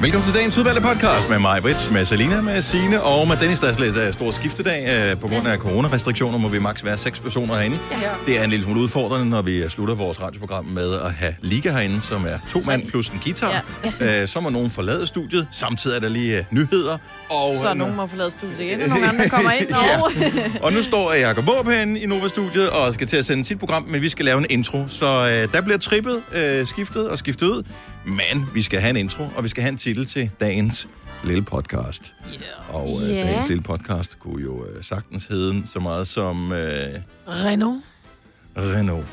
Velkommen til dagens udvalgte podcast med mig, Brits, med Selina, med Sine og med Dennis. Der er lidt uh, stor skiftedag. Uh, på grund af coronarestriktioner må vi maks være seks personer herinde. Ja. Det er en lille smule udfordrende, når vi øh, slutter vores radioprogram med at have Liga herinde, som er to mand plus en guitar. Ja. Uh, så må nogen forlade studiet. Samtidig er der lige uh, nyheder. Og, så øh, nogen må forlade studiet igen, og nogle andre kommer ind. Og... og nu står Jacob Aarup herinde i Nova-studiet og skal til at sende sit program, men vi skal lave en intro. Så øh, der bliver trippet, øh, skiftet og skiftet ud. Men vi skal have en intro, og vi skal have en titel til dagens lille podcast. Yeah. Og øh, Ja. yeah. dagens lille podcast kunne jo øh, sagtens hedde så meget som øh, Renault. Renault.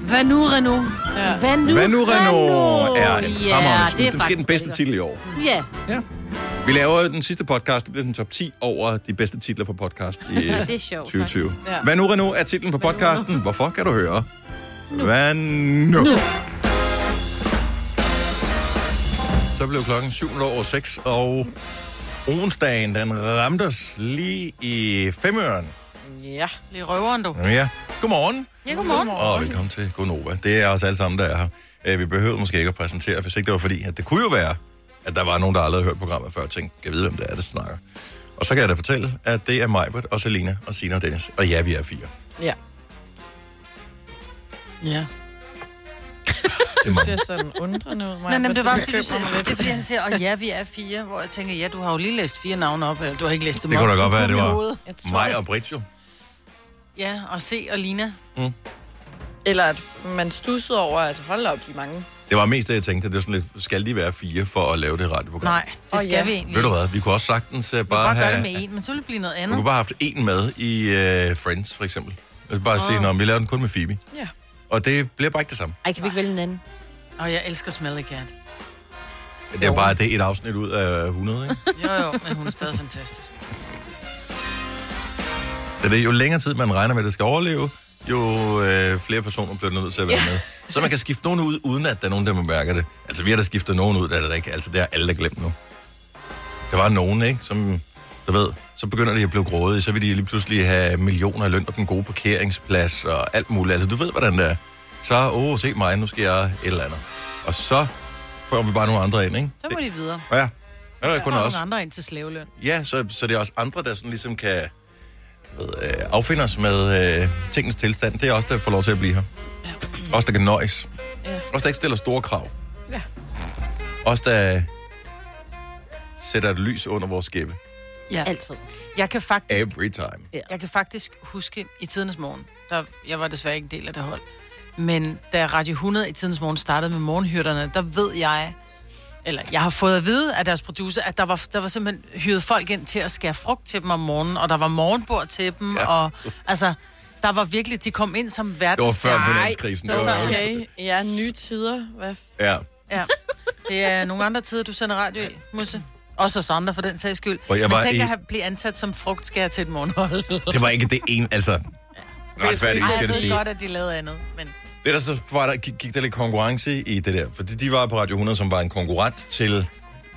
Hvad nu, Renault? Ja. Hvad nu, Hvad nu Renault er en fremragende titel. det er det er måske den faktisk bedste lækkert. titel i år. Ja. Vi laver den sidste podcast, det bliver den top 10 over de bedste titler på podcast i øh, det er sjovt, 2020. faktisk. Ja. Ja. Hvad nu, Renault, er titlen på podcasten. Hvorfor kan du høre? Hvad nu? nu. Så blev klokken 7 over 6, og onsdagen, den ramte os lige i femøren. Ja, lige røveren du. Ja, godmorgen. Ja, godmorgen. Og velkommen til Gonova. Det er os alle sammen, der er her. Øh, Vi behøver måske ikke at præsentere, hvis ikke det var fordi, at det kunne jo være, at der var nogen, der aldrig havde hørt programmet før, og tænkte, jeg ved, hvem det er, der snakker. Og så kan jeg da fortælle, at det er Majbert og Selina og Sina og Dennis. Og ja, vi er fire. Ja. Ja. Det må- Det er sådan undrende ud, mig. Nej, men det var fordi, du siger, det er fordi, han siger, og ja, vi er fire, hvor jeg tænker, ja, du har jo lige læst fire navne op, eller du har ikke læst dem Det op. kunne da godt kom være, i det var hovedet. Jeg tror- mig og Britt jo. Ja, og se og Lina. Mm. Eller at man stussede over, at hold op, de er mange. Det var mest det, jeg tænkte. Det var sådan lidt, skal de være fire for at lave det radioprogram? Nej, det Åh, skal ja. vi egentlig. Ved du hvad, vi kunne også sagtens uh, bare Bare gøre have... det med en, men så ville det blive noget Vi andet. kunne bare have haft en med i uh, Friends, for eksempel. Altså bare sige, når vi laver den kun med Phoebe. Ja. Og det bliver bare ikke det samme. Ej, kan vi ikke vælge en anden? Og jeg elsker Smelly Cat. Det er bare det er et afsnit ud af 100, ikke? Jo, jo, men hun er stadig fantastisk. Det er jo længere tid, man regner med, at det skal overleve, jo øh, flere personer bliver nødt til at være ja. med. Så man kan skifte nogen ud, uden at der er nogen, der mærker det. Altså, vi har da skiftet nogen ud, der er der ikke. Altså, det har alle der glemt nu. Der var nogen, ikke? Som, du ved, så begynder de at blive grådige, så vil de lige pludselig have millioner i løn og den gode parkeringsplads og alt muligt. Altså, du ved, hvordan det er. Så, åh, oh, se mig, nu skal jeg et eller andet. Og så får vi bare nogle andre ind, ikke? Så må de videre. Ja, ja det er kun Og os. nogle andre ind til slaveløn. Ja, så, så det er også andre, der sådan ligesom kan jeg ved, øh, affinde os med øh, tingens tilstand. Det er også der får lov til at blive her. Også der kan nøjes. Ja. Også der ikke stiller store krav. Ja. Også der sætter et lys under vores skæbbe. Ja. Altid. Jeg kan faktisk Every time. Jeg kan faktisk huske i tidens morgen, der, jeg var desværre ikke en del af det hold, men da Radio 100 i tidens morgen startede med morgenhyrderne, der ved jeg, eller jeg har fået at vide af deres producer, at der var, der var simpelthen hyret folk ind til at skære frugt til dem om morgenen, og der var morgenbord til dem, ja. og altså, der var virkelig, de kom ind som Det var verdens... før finanskrisen. Det var okay. Okay, ja, nye tider. Hvad f- Ja. Ja. Det er nogle andre tider, du sender radio i, Musse. Også os andre, for den sags skyld. Og jeg Men var tænk i- at have- blive ansat som frugtskærer til et morgenhold. Det var ikke det ene, altså... Retfærdigt, Ej, jeg skal det ved sige. godt, at de lavede andet, men... Det der så var, der gik, gik der lidt konkurrence i det der, fordi de var på Radio 100, som var en konkurrent til,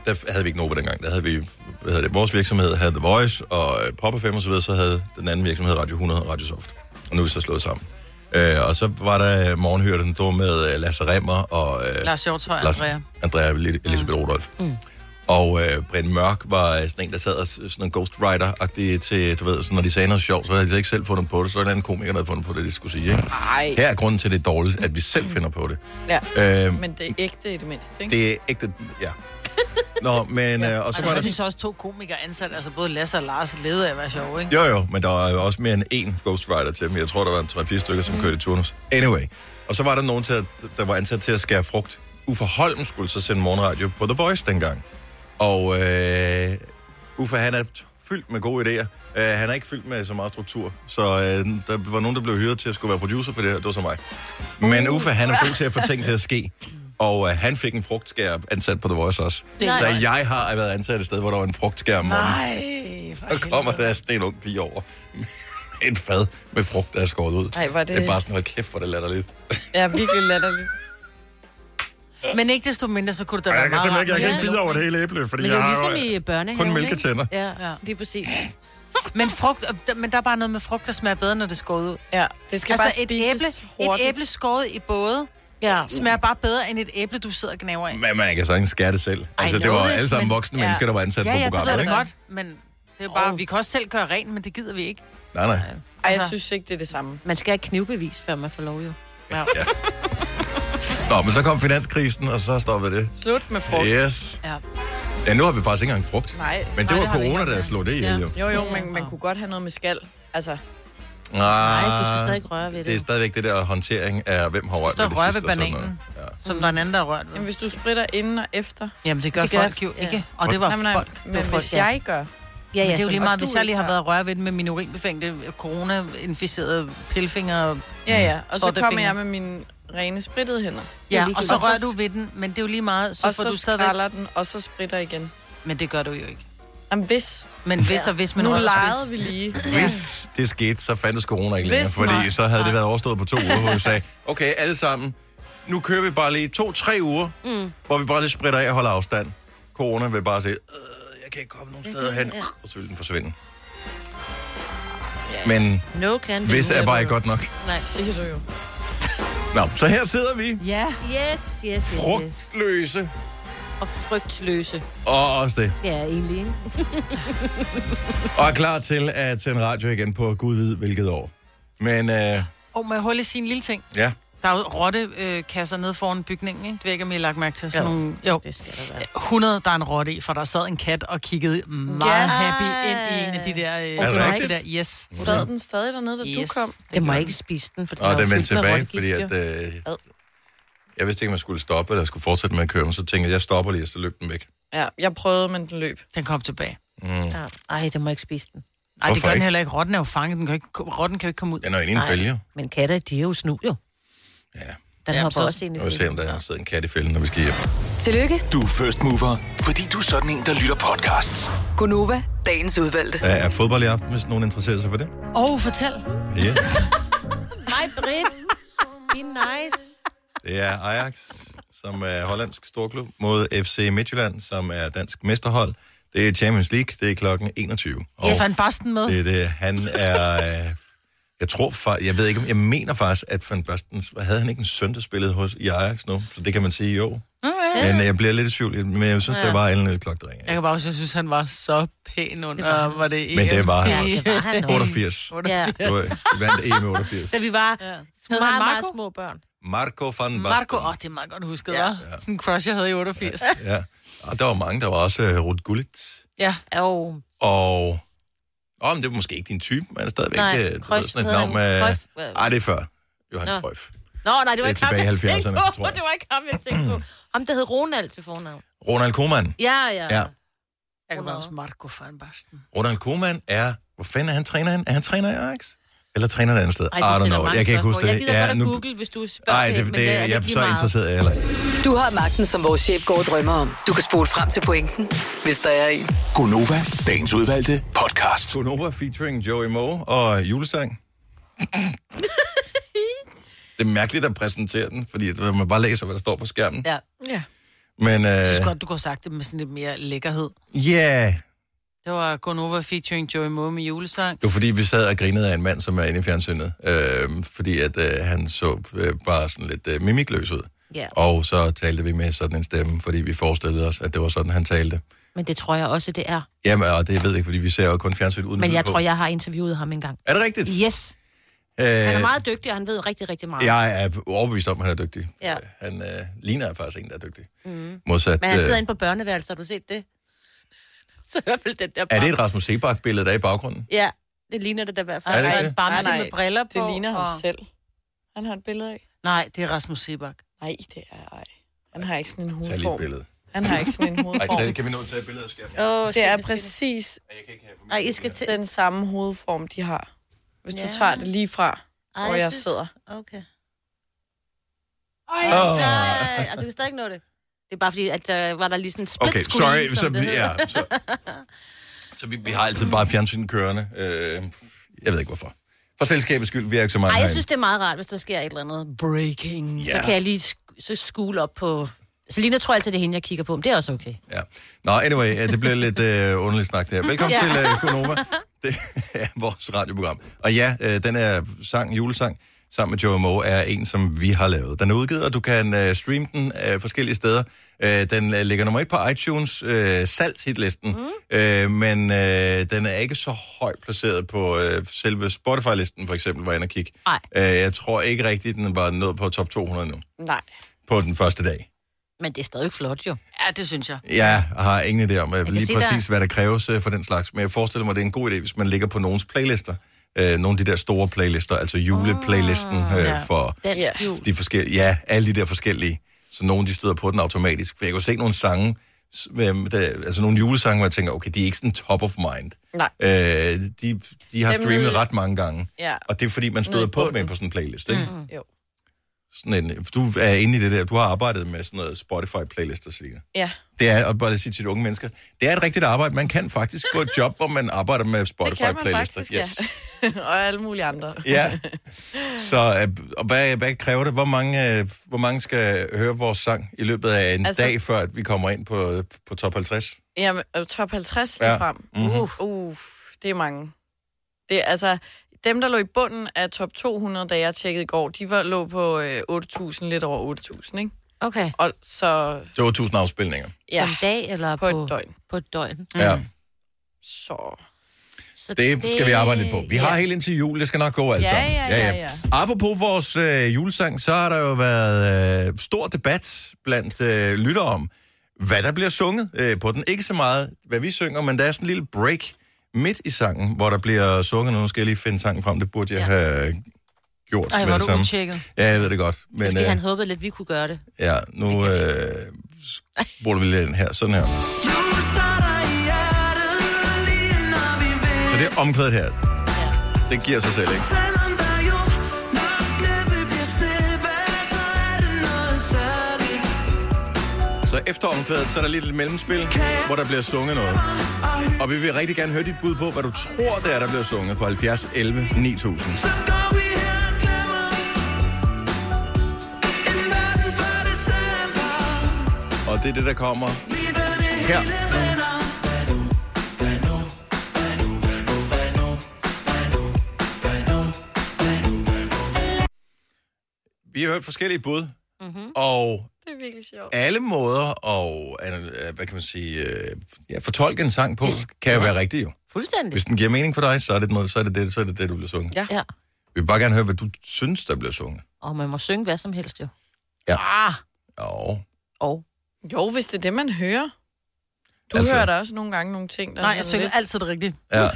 der f- havde vi ikke Nova dengang, der havde vi, hvad hedder det, vores virksomhed havde The Voice, og øh, Pop FM og så videre, så havde den anden virksomhed Radio 100 og Radio Soft. Og nu er vi så slået sammen. Øh, og så var der øh, morgenhyrden, der var med øh, Lasse Remmer og øh, Lars Hjortøj, Lars- Andrea. Andrea Elis- Elisabeth mm. Rudolf. Mm. Og øh, Brian Mørk var øh, sådan en, der sad og s- sådan en ghostwriter-agtig til, du ved, sådan, når de sagde noget sjovt, så havde de ikke selv fundet på det, så var der en anden komiker, der havde fundet på det, de skulle sige. Ikke? Ej. Her er grunden til, at det er dårligt, at vi selv finder på det. Ja. Øh, Men det er ægte i det mindste, ikke? det er ægte... Ja. Nå, men... Øh, og så Så var var der... de så også to komikere ansat, altså både Lasse og Lars levede af at være sjov, ikke? Jo, jo, men der var jo også mere end én ghostwriter til dem. Jeg tror, der var en 3-4 stykker, Mm. som kørte i turnus. Anyway. Og så var der nogen, til at, der var ansat til at skære frugt. Uffe Holm skulle så sende morgenradio på The Voice dengang. Og øh, Uffe, han er fyldt med gode idéer. Uh, han er ikke fyldt med så meget struktur. Så uh, der var nogen, der blev hyret til at skulle være producer for det her. Det var så mig. Men Uh. Uffe, han er god til at få ting til at ske. Og uh, han fik en frugtskær ansat på The Voice også. Det er Så godt. jeg har været ansat et sted, hvor der var en frugtskær om morgenen. Nej, for Og kommer der sådan en ung pige over med et fad med frugt, der er skåret ud. Ej, var det- det er bare sådan, hold kæft, hvor det latterligt. Ja, virkelig latterligt. helvede. Men ikke desto mindre, så kunne det da Og være jeg kan meget simpelthen ikke, jeg kan rart med ikke bide over det hele æble, fordi Men det jeg er jo har ligesom jo... øh, i børnehaven, kun ikke? mælketænder. Ja, Ja. ja, lige præcis. noget. Men, frugt, øh, men der er bare noget med frugt, der smager bedre, når det er skåret ud. Ja, det skal altså bare et æble, spises et hurtigt. æble skåret i både Ja. Smager bare bedre end et æble, du sidder og gnaver af. Men man kan sagtens skære det selv. Altså, det know var this, alle sammen men- voksne ja. mennesker, der var ansat ja, på ja, det ved programmet, jeg ikke? da godt, men det er bare, oh. vi kan også selv gøre rent, men det gider vi ikke. Nej, nej. Ej, jeg Altså- synes ikke, det er det samme. Man skal have knivbevis, før man får lov jo. Nå, men så kom finanskrisen, og så stoppede det. Slut med frugt. Yeah. Yes. Ja. Ja, nu har vi faktisk ikke engang frugt. Nej. Men det Nej, var det har vi corona, ikke der engang. slog det ihjel, Ja. jo. Jo, jo, men man og- kunne godt have noget med skal. Altså, Nej, du skal stadig røre ved det. Ah, Det er stadig det der håndtering af, hvem har rørt står ved det rører sidste ved og sådan bananen. noget. Som der er en anden, der har rørt ved. jamen, hvis du spritter inden og efter. Jamen, det gør, Det det gør gør folk jo ja. ikke. Og det var Nej, folk. men, nej, Det var men folk, hvis ja. jeg gør, Ja, Men det er jo så- lige og meget, du hvis jeg lige har ikke været rørt ved den med min urinbefængte corona-inficerede pilfinger. ja, ja, og så Tror, det er kommer jeg med fingre. mine rene sprittede hænder. Ja, ligegyldigt. og så Og så- rører du ved den, men det er jo lige meget, så Så og får så du stadigvæk... skralder den, og så spritter igen. Men det gør du jo ikke. Jamen, hvis. Men hvis og hvis, men nu rører legede hvis. vi lige. Ja. Hvis det skete, så fandtes corona ikke længere, Hvis fordi nej. så havde det været overstået på to uger, hvor vi sagde, okay, alle sammen, nu kører vi bare lige to-tre uger, mm. hvor vi bare lige spritter af og holder afstand. Corona vil bare sige, "Øh, jeg kan ikke komme nogen steder hen, og så vil den forsvinde. Men No can do. hvis er bare ikke godt nok. Nej. Siger du jo. Nå, så her sidder vi, Ja. Yes, yes, yes, yes. frugtløse, Og frygtløse. og også det. Ja, egentlig, ikke? Og er klar til at sende radio igen på Gud ved hvilket år. Men øh, Og må jeg holde sin lille ting? ja, Der er jo rottekasser nede foran bygningen, ikke? Det ved jeg ikke, om I har lagt mærke til. Sådan Jo. nogle, jo. Det skal der være. 100, der er en rotte i, for der sad en kat og kiggede meget Ja. happy ind i en af de der... Øh, Er det rotter rigtigt? der. Yes. Sad den stadig dernede, da yes. du kom? Jeg må ikke spise den, for den og er den jo vendte fyldt med tilbage, rottegift, fordi jo. at, øh, jeg vidste ikke, om jeg skulle stoppe, eller jeg skulle fortsætte med at køre, men så tænkte jeg, jeg stopper lige, og så løb den væk. Mm. Ja, jeg prøvede, men den løb. Den kom tilbage. Ja. Ej, den må ikke spise den. Nej, det Hvorfor gør den ikke? heller ikke. Rotten er jo fanget. Den kan jo ikke, rotten kan jo ikke komme ud. Den er jo inde i en Nej. fælge. jo. Men katte, de er jo snu, jo. Ja, Den Ja, hopper så- også ind i jeg vil se, om der sidder en kat i fælden, når vi skal hjem. Tillykke, Du er first mover, fordi du er sådan en, der lytter podcasts. Gunova, dagens udvalgte. Der er fodbold i aften, hvis nogen interesserer sig for det. Åh, oh, fortæl. Ja, Nej, Britt. Be nice. det er Ajax, som er hollandsk storklub, mod FC Midtjylland, som er dansk mesterhold. Det er Champions League, det er klokken 21. Og Jeg fandt Basten med. Det er det. Han er... øh, Jeg tror far, jeg ved ikke, om jeg mener faktisk, at Van Basten, havde han ikke en søn, der spillede hos i Ajax nu? Så det kan man sige jo. Mm, Men øh, jeg bliver lidt i tvivl, men jeg synes, ja. der var en øh, lille klokke, der ringede. Jeg kan bare også, jeg synes, han var så pæn under, det var, var det EM. Men det var han Ja, også. det var han også. 88. Ja. Det var- vandt EM i 88. Da vi var han meget, meget, Marco? små børn. Marco van Basten. Marco, åh, oh, det er meget godt husket, ja. var. Sådan en crush, jeg havde i 88. Ja. Ja. Og der var mange, der var også uh, Ruth Gullit. ja. Jo, Og... Åh, men det var måske ikke din type, men stadigvæk Nej, øh, du ved, Cruyff sådan et hedder navn han. med... Cruyff, øh. Ej, det er før. Johan Nå. Cruyff. Nå, nej, det var Det er ikke ham, tilbage i jeg tænkte 70'erne, på. tror jeg. Det var ikke ham, jeg tænkte på. Ham, der hed Ronald til fornavn. Ronald Koeman. Ja, ja. Ja. Jeg kan bare huske Marco van Basten. Ronald Koeman er... Hvor fanden er han træner han? Er han træner i Ajax? Eller træner et andet sted? Ej, I don't know. Jeg kan ikke huske det. Jeg gider ja, godt at google, hvis du spørger. Nej, det, det, men det, er jeg er lige så meget. interesseret jeg heller ikke. Du har magten, som vores chef går og drømmer om. Du kan spole frem til pointen, hvis der er en. Gonova, dagens udvalgte podcast. Sonova featuring Joey Moe og julesang. det er mærkeligt at præsentere den, fordi at man bare læser, hvad der står på skærmen. Ja, Ja. Men jeg synes øh, godt, du kunne have sagt det med sådan lidt mere lækkerhed. ja, Det var Gonova featuring Joey Moe med julesang. Det var fordi, vi sad og grinede af en mand, som er inde i fjernsynet. Øh, fordi at øh, han så øh, bare sådan lidt øh, mimikløs ud. Ja. Og så talte vi med sådan en stemme, fordi vi forestillede os, at det var sådan, han talte. Men det tror jeg også, det er. Jamen, og det ved jeg ikke, fordi vi ser jo kun fjernsyn uden Men lyd jeg på. tror, jeg har interviewet ham engang. Er det rigtigt? Yes. Øh, Han er meget dygtig, og han ved rigtig, rigtig meget. Jeg er overbevist om, at han er dygtig. Ja. Han øh, ligner faktisk en, der er dygtig. Mm. Modsat, Men han sidder øh, inde på børneværelset, har du set det? Så i hvert fald den der er det barn- et Rasmus Sebak-billede, der er i baggrunden? Ja, det ligner det der i hvert fald. Er det Der ikke en bamse Nej, nej, med briller på. Det ligner ham og- selv. Han har et billede af. Nej, det er Rasmus Sebak. Nej, det er ej. Han har ikke sådan en Tag lige et hovedform. billede. Han har ikke sådan en Ej, hovedform. kan- kan vi nå at tage et billede af skærmen? Åh, Det er skal- præcis Ej, jeg kan ikke have for Ej, meget. I skal til... den samme hovedform, de har. Hvis du Ja. tager det lige fra, Ej, hvor jeg synes- sidder. Okay. Ej, Åh. nej, og du kan stadig ikke nå det. Det er bare fordi, at der var der lige sådan en split Okay, screen, sorry. som Så, det vi, hedder. ja, så, så vi, vi har altid bare fjernsyn kørende. Øh, jeg ved ikke hvorfor. For selskabets skyld, vi er ikke så mange Ej, jeg herinde. synes, det er meget rart, hvis der sker et eller andet breaking. Ja. Så kan jeg lige sk- så skule op på... Så Lina tror altid, det er hende, jeg kigger på, men det er også okay. Ja. Nå, anyway, øh, det bliver lidt øh, underligt snak det her. Velkommen ja. Ja. til øh, Konoma. Det er vores radioprogram. Og ja, øh, den her øh, sang, julesang, sammen med Joey Moe, er en, som vi har lavet. Den er udgivet, og du kan øh, streame den øh, forskellige steder. Øh, den øh, ligger nummer et på iTunes øh, salgshitlisten, mm. øh, men øh, den er ikke så højt placeret på øh, selve Spotify-listen, for eksempel, hvor jeg inde og kigge. Nej. Øh, jeg tror ikke rigtigt, den var nået på top 200 nu, Nej. på den første dag. Men det er stadig flot, jo. Ja, det synes jeg. Jeg har ingen idé om øh, lige sige, præcis, hvad der kræves øh, for den slags, men jeg forestiller mig, det er en god idé, hvis man ligger på nogens playlister. Øh, nogle af de der store playlister, altså juleplaylisten Ah, øh, ja. for Dansk Ja. jul. de forskellige, ja, alle de der forskellige. Så nogle, de støder på den automatisk. For jeg kunne se nogle sange, s- hvem der, altså nogle julesange, hvor jeg tænker, okay, de er ikke sådan top of mind. Nej. Øh, de, de har Dem streamet nede- ret mange gange. Ja. Og det er fordi, man støder i på dem bunden. på sådan en playlist, ikke? Mm. Jo. Sådan en, du er inde i det der, du har arbejdet med sådan noget Spotify-playlister, Selina. Ja. Det er, og bare sige til de unge mennesker, det er et rigtigt arbejde. Man kan faktisk få et job, hvor man arbejder med Det kan man Spotify-playlister. faktisk, yes. ja. og alle mulige andre. ja. Så øh, og hvad, hvad kræver det? Hvor mange, øh, hvor mange skal høre vores sang i løbet af en Altså- altså, dag, før at vi kommer ind på, på top 50? Jamen, øh, top 50 Ja. lige frem. Mhm. Uh, uh, det er mange. Det er altså... Dem, der lå i bunden af top 200, da jeg tjekkede i går, de var, lå på øh, 8.000, lidt over 8.000, ikke? Okay. Og så, Det var 1000 afspilninger. På ja, en dag eller på et døgn. På et døgn. Mm. Ja. Så... Så Det skal vi arbejde lidt på. Vi har helt indtil jul, det skal nok gå alt Ja, sammen. ja, ja, ja. Apropos vores øh, julesang, så har der jo været øh, stor debat blandt øh, lyttere om, hvad der bliver sunget øh, på den. Ikke så meget, hvad vi synger, men der er sådan en lille break midt i sangen, hvor der bliver sunget. Nu skal jeg lige finde sangen frem, det burde jeg ja. have gjort Ej, med hvor er det du samme. utjekket. Ja, jeg ved det godt. Men, Men fordi han øh, håbede lidt, vi kunne gøre det. ja, nu øh, bruger vi lige den her. Sådan her. Så det er omkvædet her. Det giver sig selv, ikke? Så efter omkvædet, så er der lidt et mellemspil, hvor der bliver sunget noget. Og vi vil rigtig gerne høre dit bud på, hvad du tror, det er, der bliver sunget på 70 11 9000. Og det er det, der kommer her. Vi har hørt forskellige bud, mm-hmm. og Det er virkelig sjovt. alle måder og hvad kan man sige, øh, ja, fortolke en sang på, kan jo være rigtigt jo. Fuldstændig. Hvis den giver mening for dig, så er det noget, så er det det, så er det, det du bliver sunget. Ja. Ja. Vi vil bare gerne høre, hvad du synes, der bliver sunget. Og man må synge hvad som helst, jo. Jo. Og Jo, hvis det er det, man hører. Du Altså- altså... hører da også nogle gange nogle ting, der Nej, er jeg sådan synger lidt- altid det rigtige. Ja.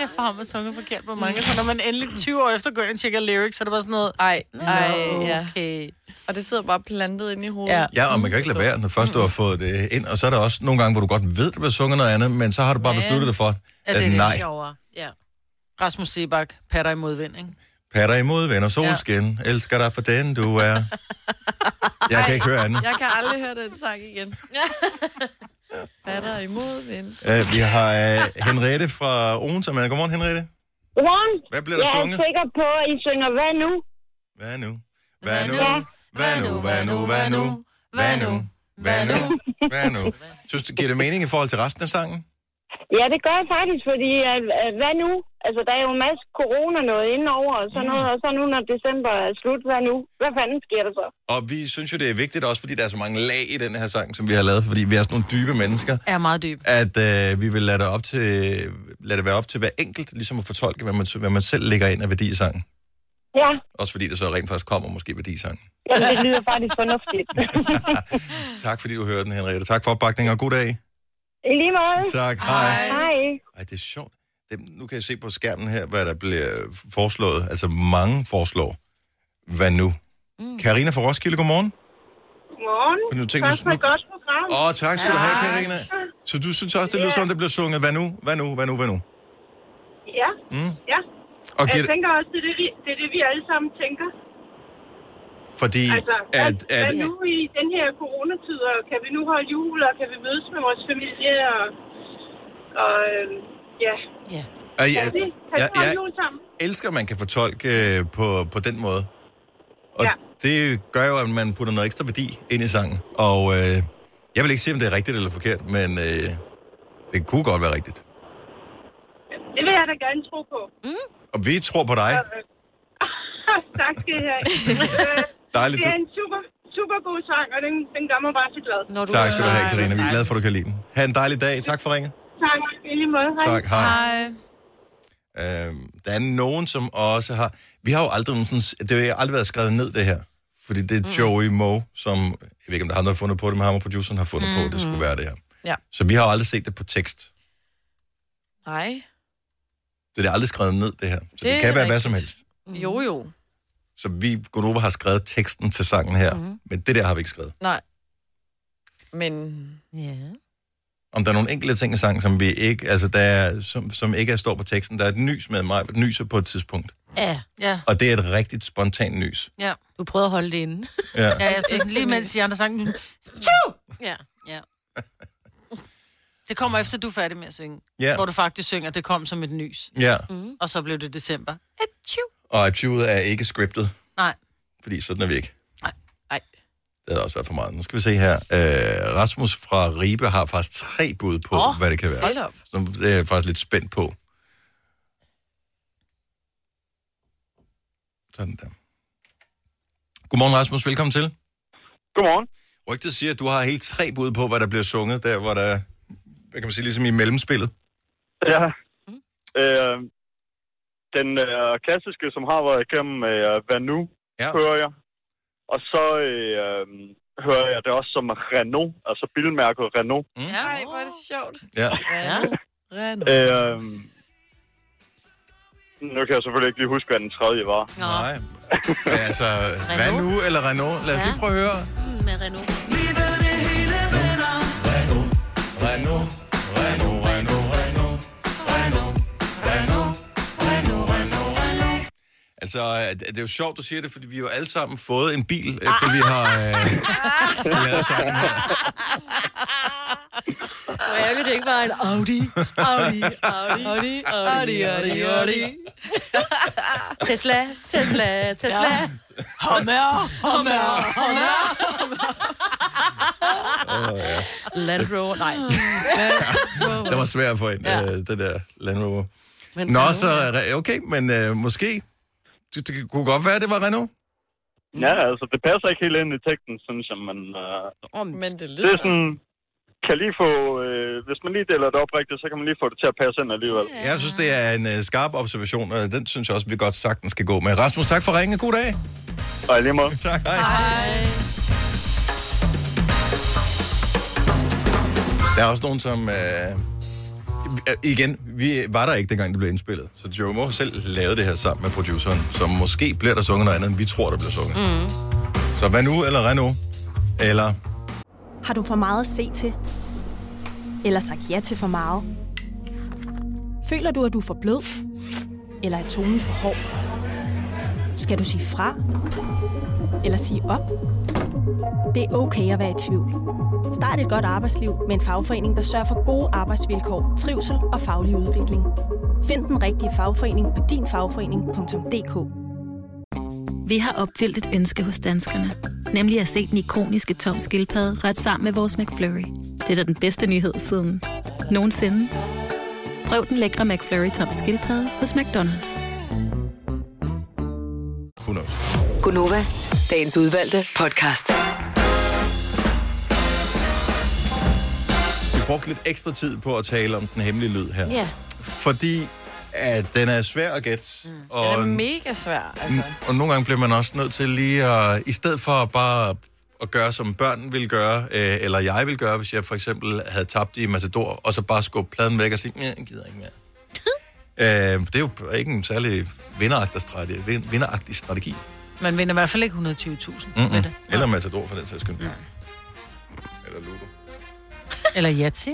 Jeg har mig sunget forkert på mange. Så når man endelig 20 år efter går ind og tjekker lyrics, så er det bare sådan noget... Ej, ej, ja. Okay. Og det sidder bare plantet inde i hovedet. Ja. ja, og man kan ikke lade være, når først du har fået det ind. Og så er der også nogle gange, hvor du godt ved, der bliver sunget noget andet, men så har du bare Men- besluttet dig for, Er det at lidt nej, sjovere? Ja. Rasmus Sebak, patter imod vind, ikke? patter imod venner solskin, elsker dig for den, du er. Jeg kan ikke høre andet. Jeg kan aldrig høre den sang igen. Hvad er der imod, ven? Uh, vi har uh, Henriette fra Odense med. Godmorgen, Henriette. Godmorgen. Hvad bliver der Jeg sunget? er sikker på, at I synger, hvad nu? Hvad nu? Hvad nu? Ja. Hvad nu? Hvad nu? Hvad nu? Hvad nu? Hvad nu? Hvad nu? Synes du, giver det mening i forhold til resten af sangen? Ja, det gør jeg faktisk, fordi at, at, hvad nu? Altså, der er jo en masse corona noget indenover og Mm. sådan noget, og så nu, når december er slut, hvad nu? Hvad fanden sker der så? Og vi synes jo, det er vigtigt også, fordi der er så mange lag i den her sang, som vi har lavet, fordi vi er sådan nogle dybe mennesker, Er meget dyb. at øh, vi vil lade det, op til, lade det være op til hver enkelt, ligesom at fortolke, hvad man, hvad man selv lægger ind af værdi i sangen. Ja, Også fordi der så rent faktisk kommer måske værdi i sangen. jamen, det lyder faktisk fornuftigt. Tak fordi du hørte den, Henriette. Tak for opbakningen, og god dag. I lige måde. Tak. Hej. Hej. Ej, det er sjovt. Det, nu kan jeg se på skærmen her, hvad der bliver foreslået. Altså mange foreslår. Hvad nu? Mm. Karina fra Roskilde, godmorgen. Godmorgen. Men nu tænker jeg- Tak for et godt program. Åh, oh, tak skal du have, Karina. Så du synes også, det lyder som, det bliver sunget, hvad nu, hvad nu, hvad nu, hvad nu? Ja, Mm. ja. Og giver, Jeg tænker også, det er det, vi- det, er det vi alle sammen tænker. fordi, Altså, hvad, at, at, hvad nu i den her coronatid, og kan vi nu holde jul, og kan vi mødes med vores familie, og, og øhm, ja, ja. at, kan jeg, vi, kan vi jeg, holde jeg jul sammen? elsker, at man kan fortolke øh, på, på den måde. Og Ja. det gør jo, at man putter noget ekstra værdi ind i sangen. Og øh, jeg vil ikke sige, om det er rigtigt eller forkert, men øh, det kunne godt være rigtigt. Mm. Det vil jeg da gerne tro på. Og vi tror på dig. tak skal I have. Øh, Dejligt, det du. er en super, super god sang, og den, den gør mig bare så glad. Når du Tak skal du have, Karina. Vi er glade for, at du kan lide den. Ha' en dejlig dag. Tak for ringet. Tak, i lige måde. Hej. Tak. Hej. Hej. Øhm, der er nogen, som også har... Vi har jo aldrig nogen sådan... Det har aldrig været skrevet ned, det her. Fordi det Mm. er Joey Moe, som... Jeg ved ikke, om der er andre, der har fundet på det, men ham og produceren har fundet Mm, mm-hmm. på, at det skulle være det her. Ja. Så vi har jo aldrig set det på tekst. Nej. Så det er aldrig skrevet ned, det her. Så det, Det det er kan være hvad rigtigt. som helst. Jo, jo. Så vi, Gunova, har skrevet teksten til sangen her. Mm-hmm. Mhm. Men det der har vi ikke skrevet. Nej. Men Ja. Om der er nogle enkelte ting i sangen, som vi ikke... Altså, der er, som, som ikke er står på teksten. Der er et nys med mig, et nyser på et tidspunkt. ja. Ja, Og det er et rigtigt spontant nys. ja. Du prøvede at holde det inde. Ja. Ja, jeg synes, lige mens de andre sang, ja. ja. Det kommer efter, du er færdig med at synge. Ja. Hvor du faktisk synger, det kom som et nys. ja. Mhm. Og så blev det december. Atchoo. Og arkivet er ikke scriptet, Nej. fordi sådan er vi ikke. nej. Det har også været for meget. Nu skal vi se her. Øh, Rasmus fra Ribe har faktisk tre bud på, oh, hvad det kan være. Hold da op. Så det er jeg faktisk lidt spændt på. Sådan der. Godmorgen, Rasmus. Velkommen til. Godmorgen. Rygtet siger, at du har helt tre bud på, hvad der bliver sunget, der hvor der, hvad kan man sige, ligesom i mellemspillet. Ja. Øh, den øh, klassiske, som har været igennem, øh, hvad nu, Ja. hører jeg. Og så øh, hører jeg det også som Renault, altså bilmærket Renault. Mm. Nej, hvor er det sjovt. Ja. ja. Renault. Øh, nu kan jeg selvfølgelig ikke lige huske, hvad den tredje var. Nå, Nej. Men altså, hvad nu eller Renault? Lad os lige Ja. prøve at høre. med Renault. Renault, Renault, Renault, Renault, Renault, Renault, Renault, Renault, Renault. Altså, det det er jo sjovt, du siger det, fordi vi har jo alle sammen fået en bil, efter vi har øh, lavet sangen her. Hvor ærgerligt, det ikke var en Audi. Audi, Audi, Audi, Audi, Audi, Audi. Tesla, Tesla, Tesla. Ja. Land Rover, nej. Det var svært for en, øh, det der Land Rover. Men Nå, så øh, okay, men øh, måske... Det, det kunne godt være, det var Renault. Ja, altså, det passer ikke helt ind i teksten, synes jeg, men øh, Men det det lyder... er sådan... Kan lige få, øh, hvis man lige deler det op rigtigt, så kan man lige få det til at passe ind alligevel. Jeg synes, det er en øh, skarp observation, og den synes jeg også, vi godt sagtens skal gå med. Rasmus, tak for ringen. God dag. Og i lige måde. Tak, hej. hej. Der er også nogen, som... Øh, igen, vi var der ikke, dengang det blev indspillet. Så Joe Moe har selv lavede det her sammen med produceren, så måske bliver der sunget noget andet, end vi tror, der bliver sunget. Mm. Så hvad nu, eller Renault, eller... Har du for meget at se til? Eller sagt ja til for meget? Føler du, at du er for blød? Eller er tonen for hård? Skal du sige fra? Eller sige op? Det er okay at være i tvivl. Start et godt arbejdsliv med en fagforening, der sørger for gode arbejdsvilkår, trivsel og faglig udvikling. Find den rigtige fagforening på dinfagforening.dk Vi har opfyldt et ønske hos danskerne. Nemlig at se den ikoniske tom skildpadde ret sammen med vores McFlurry. Det er da den bedste nyhed siden nogensinde. Prøv den lækre McFlurry tom skildpadde hos McDonald's. Who knows? Gunova, dagens udvalgte podcast. Vi brugte lidt ekstra tid på at tale om den hemmelige lyd her. Ja. Fordi at den er svær at gætte. Mm. Og Mm. Den er mega svær, altså. Og nogle gange bliver man også nødt til lige at, i stedet for bare at gøre, som børn ville gøre, øh, eller jeg ville gøre, hvis jeg for eksempel havde tabt i Matador, og så bare skubbe pladen væk og sige, nej, jeg gider ikke mere. øh, det er jo ikke en særlig vinderagtig strategi. Vin, vinderagtig strategi. Man vinder i hvert fald ikke 120.000 mm-hmm. med Mm-mm. det. Eller Matador for den sags Mm. skyld. Eller Ludo. Eller Yatzy.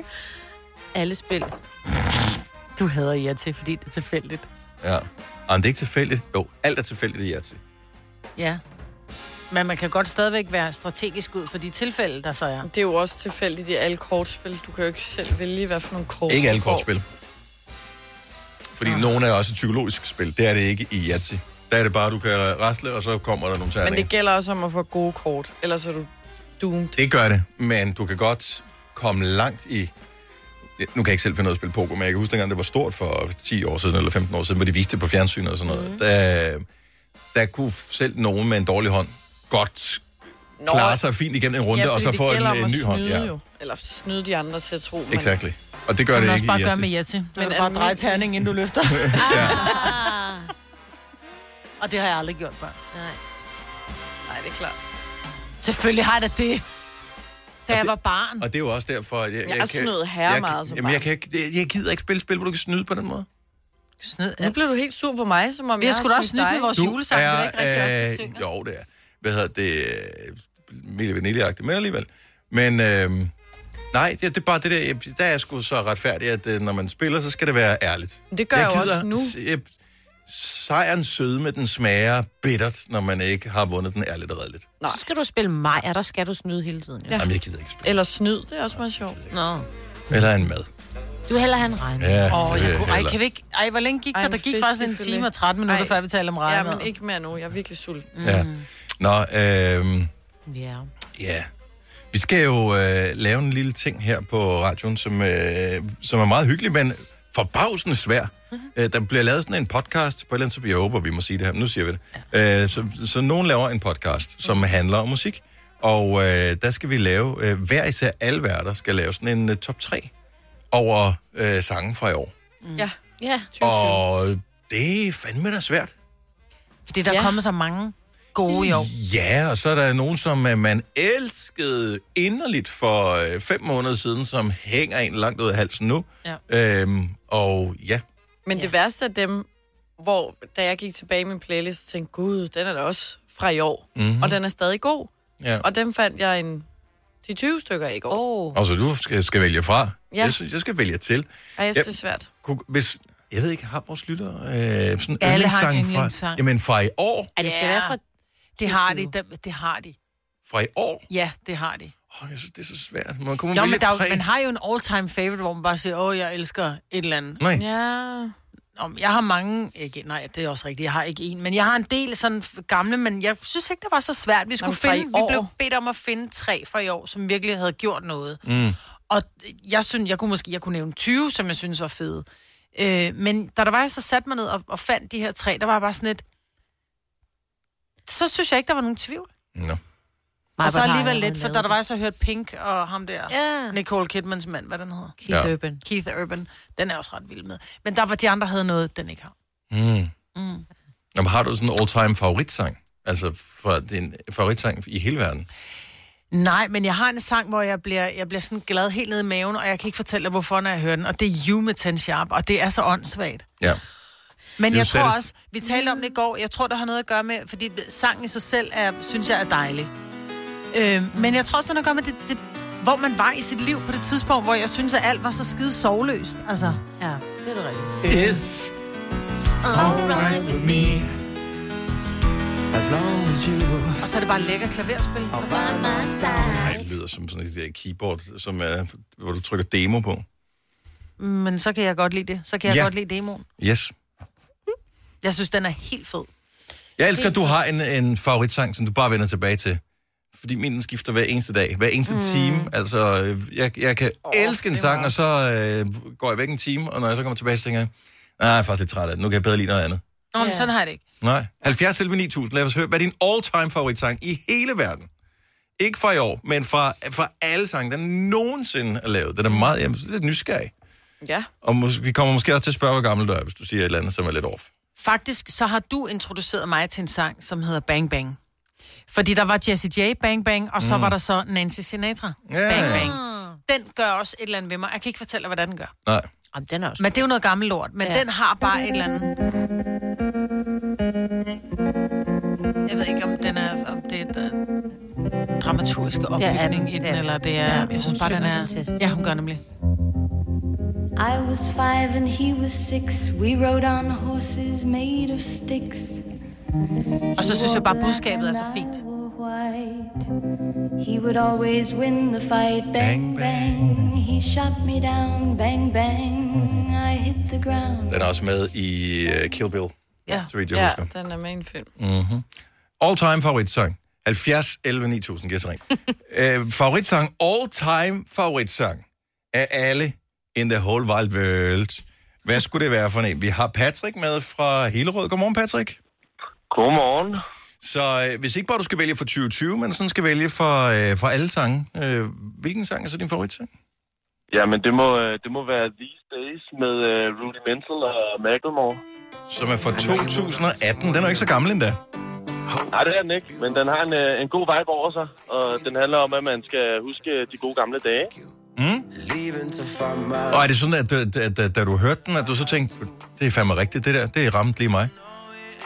Alle spil. Du hader Yatzy, fordi det er tilfældigt. Ja. Og det er ikke tilfældigt. Jo, alt er tilfældigt i Yahtzee. Ja. Men man kan godt stadigvæk være strategisk ud for de tilfælde, der så er. Det er jo også tilfældigt i alle kortspil. Du kan jo ikke selv vælge, hvad for nogle kort Ikke alle du får. kortspil. Fordi nogle er også et psykologisk spil. Det er det ikke i Yahtzee. Der er det bare, du kan rasle, og så kommer der nogle terninger. Men det gælder også om at få gode kort, ellers er du doomed. Det gør det, men du kan godt komme langt i Ja, nu kan jeg ikke selv finde ud af at spille poker, men jeg kan huske dengang, det var stort for 10 år siden, eller 15 år siden, hvor de viste det på fjernsynet og sådan noget. Mhm. Mm. Der, der kunne selv nogen med en dårlig hånd godt Nå, klare sig fint igennem en runde, ja, og fordi så det få en, gælder om en at ny hånd. snyde Ja, Jo. Eller snyde de andre til at tro, man... exactly. Og det gør kan det man ikke også bare i gøre Yatzy. med Yeti. Det er Men det bare almindelig- dreje terningen, inden du løfter. Ah. Og det har jeg aldrig gjort, børn. Nej. Nej, det er klart. Selvfølgelig har jeg da det. Da jeg var barn. Og det er jo også derfor, at jeg, Jeg har snydt herre jeg, meget som jamen, jeg, barn. kan ikke, jeg, jeg gider ikke spille spil, hvor du kan snyde på den måde. Sned. Nu blev du helt sur på mig, som om Vi har jeg sgu da også snydt med vores Du julesang. Det er ikke rigtig også, vi er, øh, jo, det er. Hvad hedder det? Mille vaniljeagtigt, men alligevel. Men øh, nej, det, det er bare det der, jeg- der er jeg sgu så retfærdig, at øh, når man spiller, så skal det være ærligt. Det gør jeg jo også nu. s- Jeg, sejren søde med den smager bittert, når man ikke har vundet den ærligt og redeligt. Nej. Så skal du spille Maja, der skal du snyde hele tiden. Jo. Ja. Jamen, jeg gider ikke Eller snyd, det er også meget sjovt. Nå. spille. Eller en mad. Du vil hellere have en regn. Ja, øh, Åh, oh, det jeg er kunne, ej, heller- kan vi ikke... Ej, hvor længe gik Ej, der? Der en gik faktisk en fiskefilet. time og 13 minutter, Ej. før vi talte om Ja, regnet. men ikke mere nu. Jeg er virkelig sulten. Ja. Mm. Nå, øh, Ja. Ja. Vi skal jo øh, lave en lille ting her på radioen, som, øh, som er meget hyggelig, men forbavsende svær. Øh, der bliver lavet sådan en podcast, på et eller andet, så jeg håber, vi må sige det her, men nu siger vi det. Øh, så, så nogen laver en podcast, som handler om musik, og øh, der skal vi lave, øh, hver især alle værter skal lave sådan en øh, top 3 over øh, sange fra i år. Ja. Ja. Og det er fandme da svært. Fordi der er kommet så mange gode i år. Ja, og så er der nogen, som øh, man elskede inderligt for øh, fem måneder siden, som hænger en langt ud af halsen nu. Ja. Øhm, og ja, Men det værste af dem, hvor da jeg gik tilbage i min playlist, så tænkte gud, den er da også fra i år. Mhm. Og den er stadig god. ja. Og dem fandt jeg en de 20 stykker i går. Oh. Og så du skal, skal vælge fra. Ja. Jeg, synes, jeg skal vælge til. Ej, jeg synes, det er svært. Kunne, hvis, jeg ved ikke, har vores lytter øh, sådan en Alle har en yndlingssang fra, yndlingssang. jamen fra i år? Er det skal Ja. være fra... Det har de. Det, det har de. Fra i år? Ja, det har de. Oh, jeg synes, det er så svært. Man kunne Nå, vælge men der, er tre. jo- man har jo en all-time favorite, hvor man bare siger, åh, jeg elsker et eller andet. Nej. Ja. Nå, men jeg har mange... Ikke, nej, det er også rigtigt. Jeg har ikke en, men jeg har en del sådan gamle, men jeg synes ikke, det var så svært. Vi skulle men fra i finde... Vi år. blev bedt om at finde tre fra i år, som virkelig havde gjort noget. Mm. Og jeg synes, jeg kunne måske jeg kunne nævne 20, som jeg synes var fede. Øh, men da der var, jeg så satte mig ned og, og fandt de her tre, der var jeg bare sådan et... Så synes jeg ikke, der var nogen tvivl. Nå. og så alligevel lidt, for da der var, jeg så hørte Pink og ham der, Ja. Nicole Kidmans mand, hvad den hedder. Keith Ja. Urban. Keith Urban, den er jeg også ret vild med. Men der var de andre, havde noget, den ikke har. Mm. Mm. Jamen, har du sådan en all-time favoritsang? Altså fra din favoritsang i hele verden? Nej, men jeg har en sang, hvor jeg bliver, jeg bliver sådan glad helt ned i maven, og jeg kan ikke fortælle dig, hvorfor, når jeg hører den. Og det er You med Ten Sharp, og det er så åndssvagt. Ja. Men You jeg said tror it. også, vi talte om det i går, jeg tror, der har noget at gøre med, fordi sangen i sig selv, er, synes jeg, er dejlig. Øh, men jeg tror også, der har noget at gøre med, det, det, hvor man var i sit liv på det tidspunkt, hvor jeg synes, at alt var så skide sovløst. Altså, Ja, det er det rigtigt. It's Alright with me. og så er det bare lækker klaverspil. Ej, det lyder som sådan et øh, keyboard, som er, hvor du trykker demo på. Men så kan jeg godt lide det. Så kan jeg Ja. ja. godt lide demoen. Yes. Jeg synes, den er helt fed. Jeg elsker, at du har en, en favoritsang, som du bare vender tilbage til. Fordi min den skifter hver eneste dag, hver eneste mm. time. Altså, øh, jeg, jeg kan oh, elske en sang, og så øh, går jeg væk en time, og når jeg så kommer tilbage, så tænker jeg, nej, jeg er faktisk lidt træt af det. Nu kan jeg bedre lide noget andet. Nå, men Ja. sådan har jeg det ikke. Nej. 70 selv 9000. Lad os høre, hvad er din all-time favoritsang i hele verden? Ikke fra i år, men fra, fra alle sange, der nogensinde er lavet. Den er meget, jeg er lidt nysgerrig. Ja. Og mås- vi kommer måske også til at spørge, hvor gammel du er, hvis du siger et eller andet, som er lidt off. Faktisk så har du introduceret mig til en sang, som hedder Bang Bang. Fordi der var Jessie J, Bang Bang, og så mm. var der så Nancy Sinatra, Ja. Bang Bang. Den gør også et eller andet ved mig. Jeg kan ikke fortælle dig, hvad den gør. Nej. Jamen, den er også. Men det er jo noget gammelt lort, men Ja. ja. den har bare et eller andet... Jeg ved ikke, om, den er, om det er den dramaturgiske er den. opbygning i den, Det er den. eller det er... Ja, Ja, jeg synes hun bare, den synger er... fantastisk. Ja, hun gør nemlig. I was five and he was six. We rode on horses made of sticks. Og så synes jeg bare, budskabet er så fint. He would always win the fight. Bang, Bang, bang. He shot me down. Bang, bang. I hit the ground. Den er også med i uh, Kill Bill, Ja. så vidt jeg Ja, husker. den er med i en film. Mm-hmm. All time favoritsang. 70, 11, 9000, gæt ring. øh, favoritsang, all time favoritsang af alle in the whole wild world. Hvad skulle det være for en? Vi har Patrick med fra Hillerød. Godmorgen, Patrick. Godmorgen. Så øh, hvis ikke bare du skal vælge for 2020, men sådan skal vælge for, øh, for alle sange, øh, hvilken sang er så din favoritsang? Jamen, det må, øh, det må være These Days med øh, Rudy Mental og Macklemore. Som er fra 2018. Den er jo ikke så gammel endda. Nej, det er den ikke, men den har en, øh, en god vibe over sig, og den handler om, at man skal huske øh, de gode gamle dage. Mm? Og er det sådan, at, at, at, at da du hørte den, at du så tænkte, det er fandme rigtigt, det der, det ramte lige mig?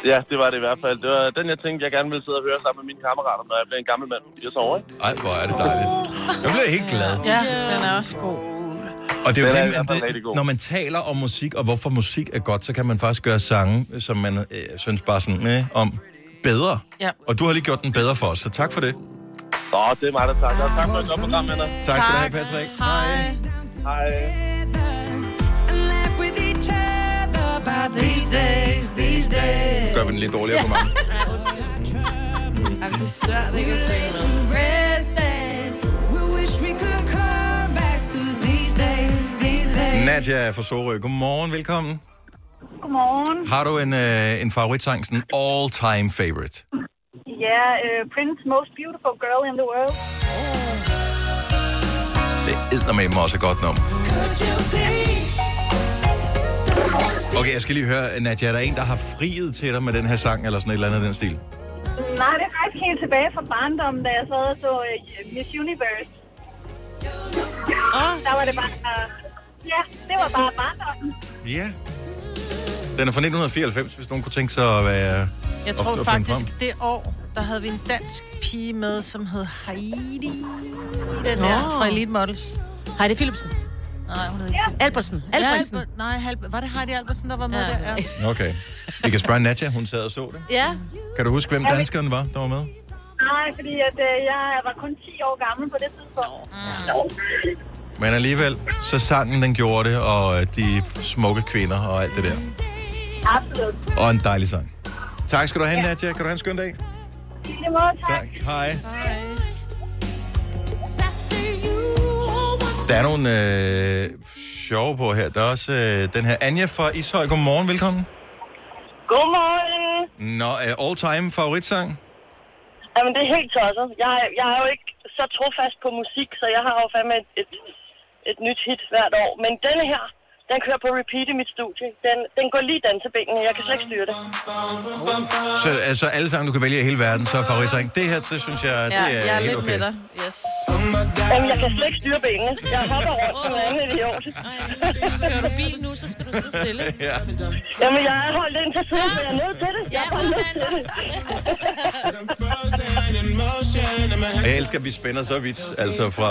Ja, det var det i hvert fald. Det var den, jeg tænkte, jeg gerne ville sidde og høre sammen med mine kammerater, når jeg bliver en gammel mand på 80 år. Ikke? Ej, hvor er det dejligt. Jeg bliver helt glad. Ja, den er også god. Og det er jo Den er i det, man, hvert fald rigtig det, god. når man taler om musik, og hvorfor musik er godt, så kan man faktisk gøre sange, som man øh, synes bare sådan, øh, om bedre. Ja. Og du har lige gjort den bedre for os, så tak for det. Nå, det er mig, der takker. Tak for et godt program, venner. Tak skal du have, Patrick. Hej. Hej. These days, these days. Gør vi den lidt dårligere for mig. Ej, det er svært ikke at synge noget. Nadja fra Sorø, godmorgen, velkommen. Godmorgen. Har du en, øh, en favoritsang, sådan all-time favorite? Ja, uh, Prince, most beautiful girl in the world. Det er med mig også et godt nummer. Okay, jeg skal lige høre, Nadja, er der en, der har friet til dig med den her sang, eller sådan et eller andet i den stil? Nej, det er faktisk helt tilbage fra barndommen, da jeg sad og så uh, Miss Universe. Oh, der var det bare... Uh, ja, det var bare barndommen. Ja. Den er fra 1994, hvis nogen kunne tænke sig at være... Jeg at- tror at finde frem. faktisk, det år, der havde vi en dansk pige med, som hed Heidi. Den Nå. der fra Elite Models. Heidi Philipsen. Nej, hun hed ikke ja. Albertsen. Albertsen. Ja, Albert, nej, Halb- var det Heidi Albertsen, der var med ja. der? Ja. Okay. Vi kan spørge Nadja, hun sad og så det. ja. Kan du huske, hvem danskeren var, der var med? Nej, fordi at, uh, jeg var kun 10 år gammel på det tidspunkt. Mm. Men alligevel, så sangen den gjorde det, og øh, de smukke kvinder og alt det der. Absolut. Og en dejlig sang. Tak skal du have, Nadja. Kan du have en skøn dag? I lige måde, tak. Hej. Der er nogle øh, sjove på her. Der er også øh, den her Anja fra Ishøj. Godmorgen, velkommen. Godmorgen. Nå, øh, all-time favoritsang? Jamen, det er helt tosset. Jeg, jeg er jo ikke så trofast på musik, så jeg har jo fandme et, et, et nyt hit hvert år. Men denne her, den kører på repeat i mit studie. Den, den går lige dansebenene. Jeg kan slet ikke styre det. Så altså, alle sange, du kan vælge i hele verden, så er favoritsang. Det her, det synes jeg, ja, det er, jeg er helt lidt okay. med dig. Yes. Jamen, jeg kan slet ikke styre benene. Jeg hopper rundt som en anden idiot. Kører du bil nu, så skal du sidde stille. ja. Jamen, jeg er holdt ind til siden, så jeg er nødt til det. Jeg er bare nødt til det. Jeg elsker, at vi spænder så vidt, altså fra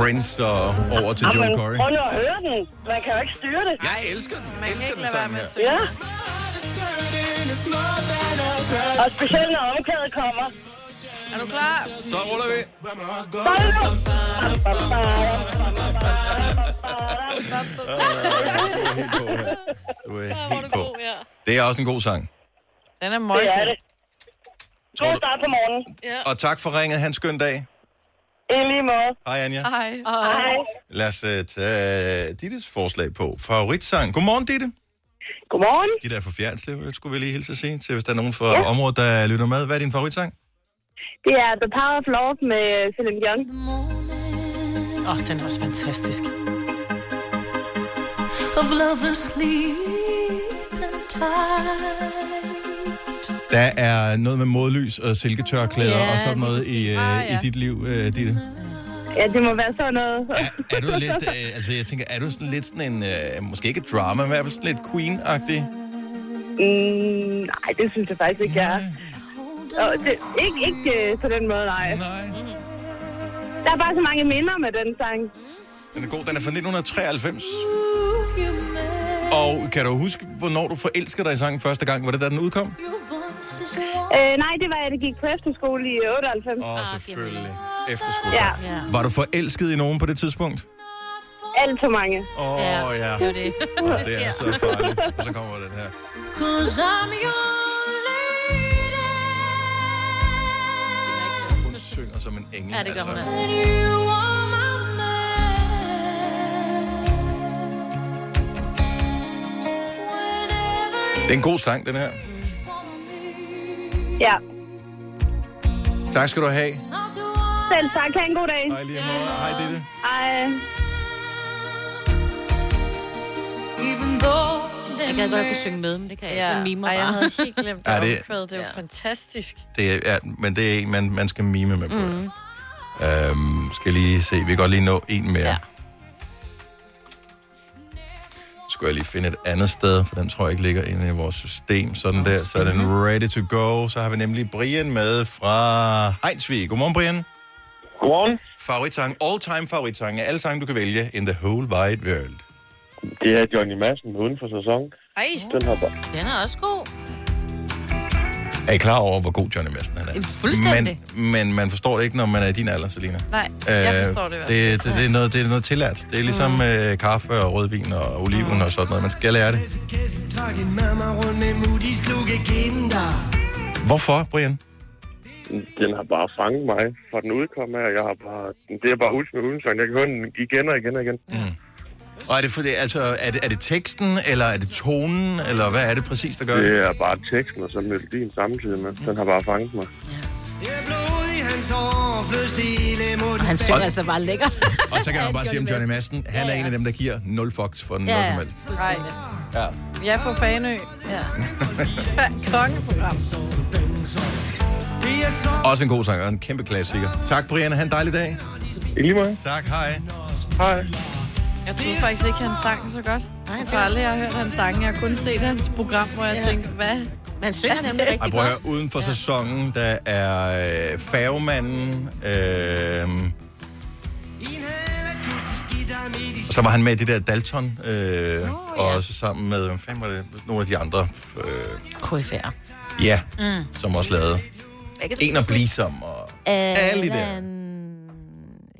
Prince og over til Joe Jamen, Corey. prøv nu at høre den. Man kan jo ikke styre det. Jeg elsker den. Man elsker den sang her. Ja. Og specielt når omkvædet kommer. Er du klar? Så ruller vi. Du er helt på. Det er også en god sang. Den er møg. Det er det. God start på morgenen. Ja. Og tak for ringet. Han skøn dag. I lige måde. Hej, Anja. Hej. Hej. Lad os øh, tage Dittes forslag på. Favoritsang. Godmorgen, Ditte. Godmorgen. Ditte er fra Fjernslev, jeg skulle vi lige hilse at sige. Så hvis der er nogen fra ja. området, der lytter med, hvad er din favoritsang? Det er The Power of Love med Philip Young. Åh, oh, den var også fantastisk. Of love and sleep and time. Der er noget med modlys og silketørklæder Ja, og sådan noget i, øh, Ah, ja. i dit liv, øh, Ditte. Ja, det må være sådan noget. Er du lidt, øh, altså jeg tænker, er du sådan lidt sådan en, øh, måske ikke drama, men i hvert fald sådan lidt queen-agtig? Mm, nej, det synes jeg faktisk ikke, jeg er. Og det, ikke ikke øh, på den måde, nej. nej. Der er bare så mange minder med den sang. Den er god, den er fra 1993. Og kan du huske, hvornår du forelskede dig i sangen første gang? Var det da den udkom? Øh, nej, det var, at det gik på efterskole i 98. Ah, Åh, oh, selvfølgelig. Efterskole. Ja. Var du forelsket i nogen på det tidspunkt? Alt for mange. Åh, oh, ja. ja. Det var det. Oh, det er så farligt. Og så kommer den her. Cause I'm your Hun synger som en engel. Ja, det gør hun altså. altså. Det er en god sang, den her. Ja. Tak skal du have. Selv tak. Ha' en god dag. Hej lige måde. Hej Ditte. Hej. Jeg gad godt at kunne synge med, men det kan jeg Ja. ikke. Den mimer Ej, jeg bare. havde helt glemt Ja, det- omkvædet. Det er jo fantastisk. Det er, men det er en, man, man skal mime med på. Mm. Mm. Øhm, skal lige se. Vi kan godt lige nå en mere. Ja. Skulle jeg lige finde et andet sted, for den tror jeg ikke ligger inde i vores system. Sådan der, så er den ready to go. Så har vi nemlig Brian med fra Heinsvig. Godmorgen, Brian. Godmorgen. Favoritsang, all time favoritsang af alle sange, du kan vælge in the whole wide world. Det er Johnny Madsen uden for sæson. Ej, Den har bare... den er også god. Er I klar over, hvor god Johnny Madsen han er? Jamen, fuldstændig. Men, men man forstår det ikke, når man er i din alder, Selina. Nej, Øh, det, det, det, er noget, det er noget tillært. Det er ligesom mm. øh, kaffe og rødvin og oliven mm. og sådan noget. Man skal lære det. Kassen tager din Mama rundt med Moody's kluge kinder. Hvorfor, Brian? Den har bare fanget mig fra den udkom her. Jeg har bare... Det er bare ultima ulensang. Jeg kan høre den igen og igen og igen. Mm. Og er det, for det, altså, er, det, er det teksten, eller er det tonen, eller hvad er det præcis, der gør det? Det er bare teksten og så melodien samtidig med. Den har bare fanget mig. Blod i hans hår, fløst i lemon. Og han synger altså bare lækkert. Og så kan man bare sige om Johnny Madsen, han er en af dem, der giver nul fucks for ja, noget som helst. Nej. Ja. Jeg er på Fanø. Ja. Kongeprogram. Også en god sang, og en kæmpe klassiker. Tak, Brian. Ha' en dejlig dag. I lige måde. Tak, hej. Hej. Jeg troede faktisk ikke, han sang så godt. jeg tror aldrig, jeg har hørt hans sange. Jeg har kun set hans program, hvor jeg ja. tænkte, hvad? Man synger nemlig Ej, prøv at høre, uden for ja. sæsonen, der er øh, færgemanden, øh, og så var han med i det der Dalton, øh, oh, og også sammen med, hvad fanden var det, nogle af de andre, øh, KFR. ja, Mm. som også lavede En at blive som, og alle de der.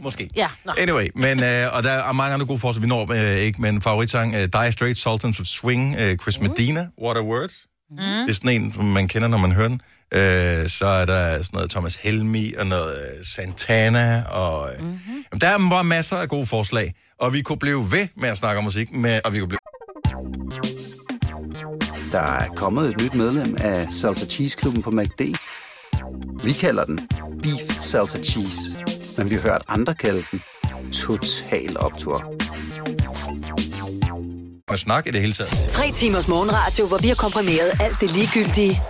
Måske. Ja, nå. Anyway, men, øh, og der er mange andre gode forslag, vi når øh, ikke, men favoritsang, øh, Dire Straits, Sultans of Swing, øh, Chris Medina, What a Word. Mm. Det er sådan en, som man kender, når man hører den. Øh, så er der sådan noget Thomas Helmi og noget øh, Santana. Og, øh, mm-hmm. jamen, der er bare masser af gode forslag, og vi kunne blive ved med at snakke om musik, med, og vi kunne blive... Der er kommet et nyt medlem af Salsa Cheese Klubben på MACD. Vi kalder den Beef Salsa Cheese, men vi har hørt andre kalde den Total Optor. Og snak i det hele taget. Tre timers morgenradio, hvor vi har komprimeret alt det ligegyldige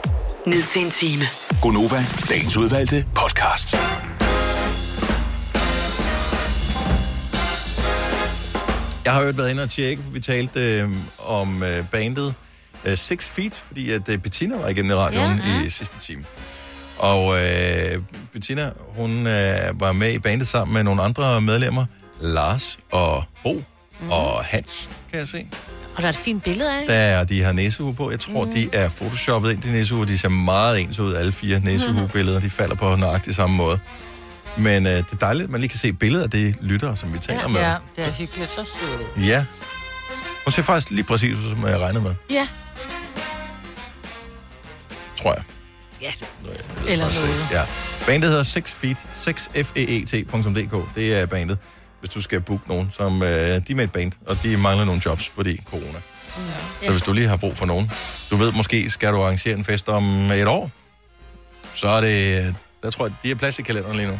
ned til en time. Gonova, dagens udvalgte podcast. Jeg har jo været inde og tjekke, vi talte øh, om øh, bandet øh, Six Feet, fordi at øh, Bettina var igennem i radioen ja, ja. i sidste time. Og øh, Bettina, hun øh, var med i bandet sammen med nogle andre medlemmer, Lars og Bo mm. og Hans, kan jeg se. Og der er et fint billede af. Der er de her næsehue på. Jeg tror, mm. de er photoshoppet ind, de næsehue. De ser meget ens ud, alle fire næsehue-billeder. De falder på nøjagtig samme måde. Men øh, det er dejligt, at man lige kan se billeder af de lyttere, som vi taler med. Ja, det er hyggeligt. Så sødt. Ja. Hun ser faktisk lige præcis ud, som jeg regnede med, Ja. tror jeg. Ja. Eller Prøv at se. noget. Ja. Bandet hedder 6 Feet, E 6feet.dk. Det er bandet, hvis du skal booke nogen, som øh, de er med et band, og de mangler nogle jobs, fordi corona. Ja. Så hvis du lige har brug for nogen, du ved måske, skal du arrangere en fest om et år, så er det, øh, der tror jeg, de har plads i kalenderen lige nu.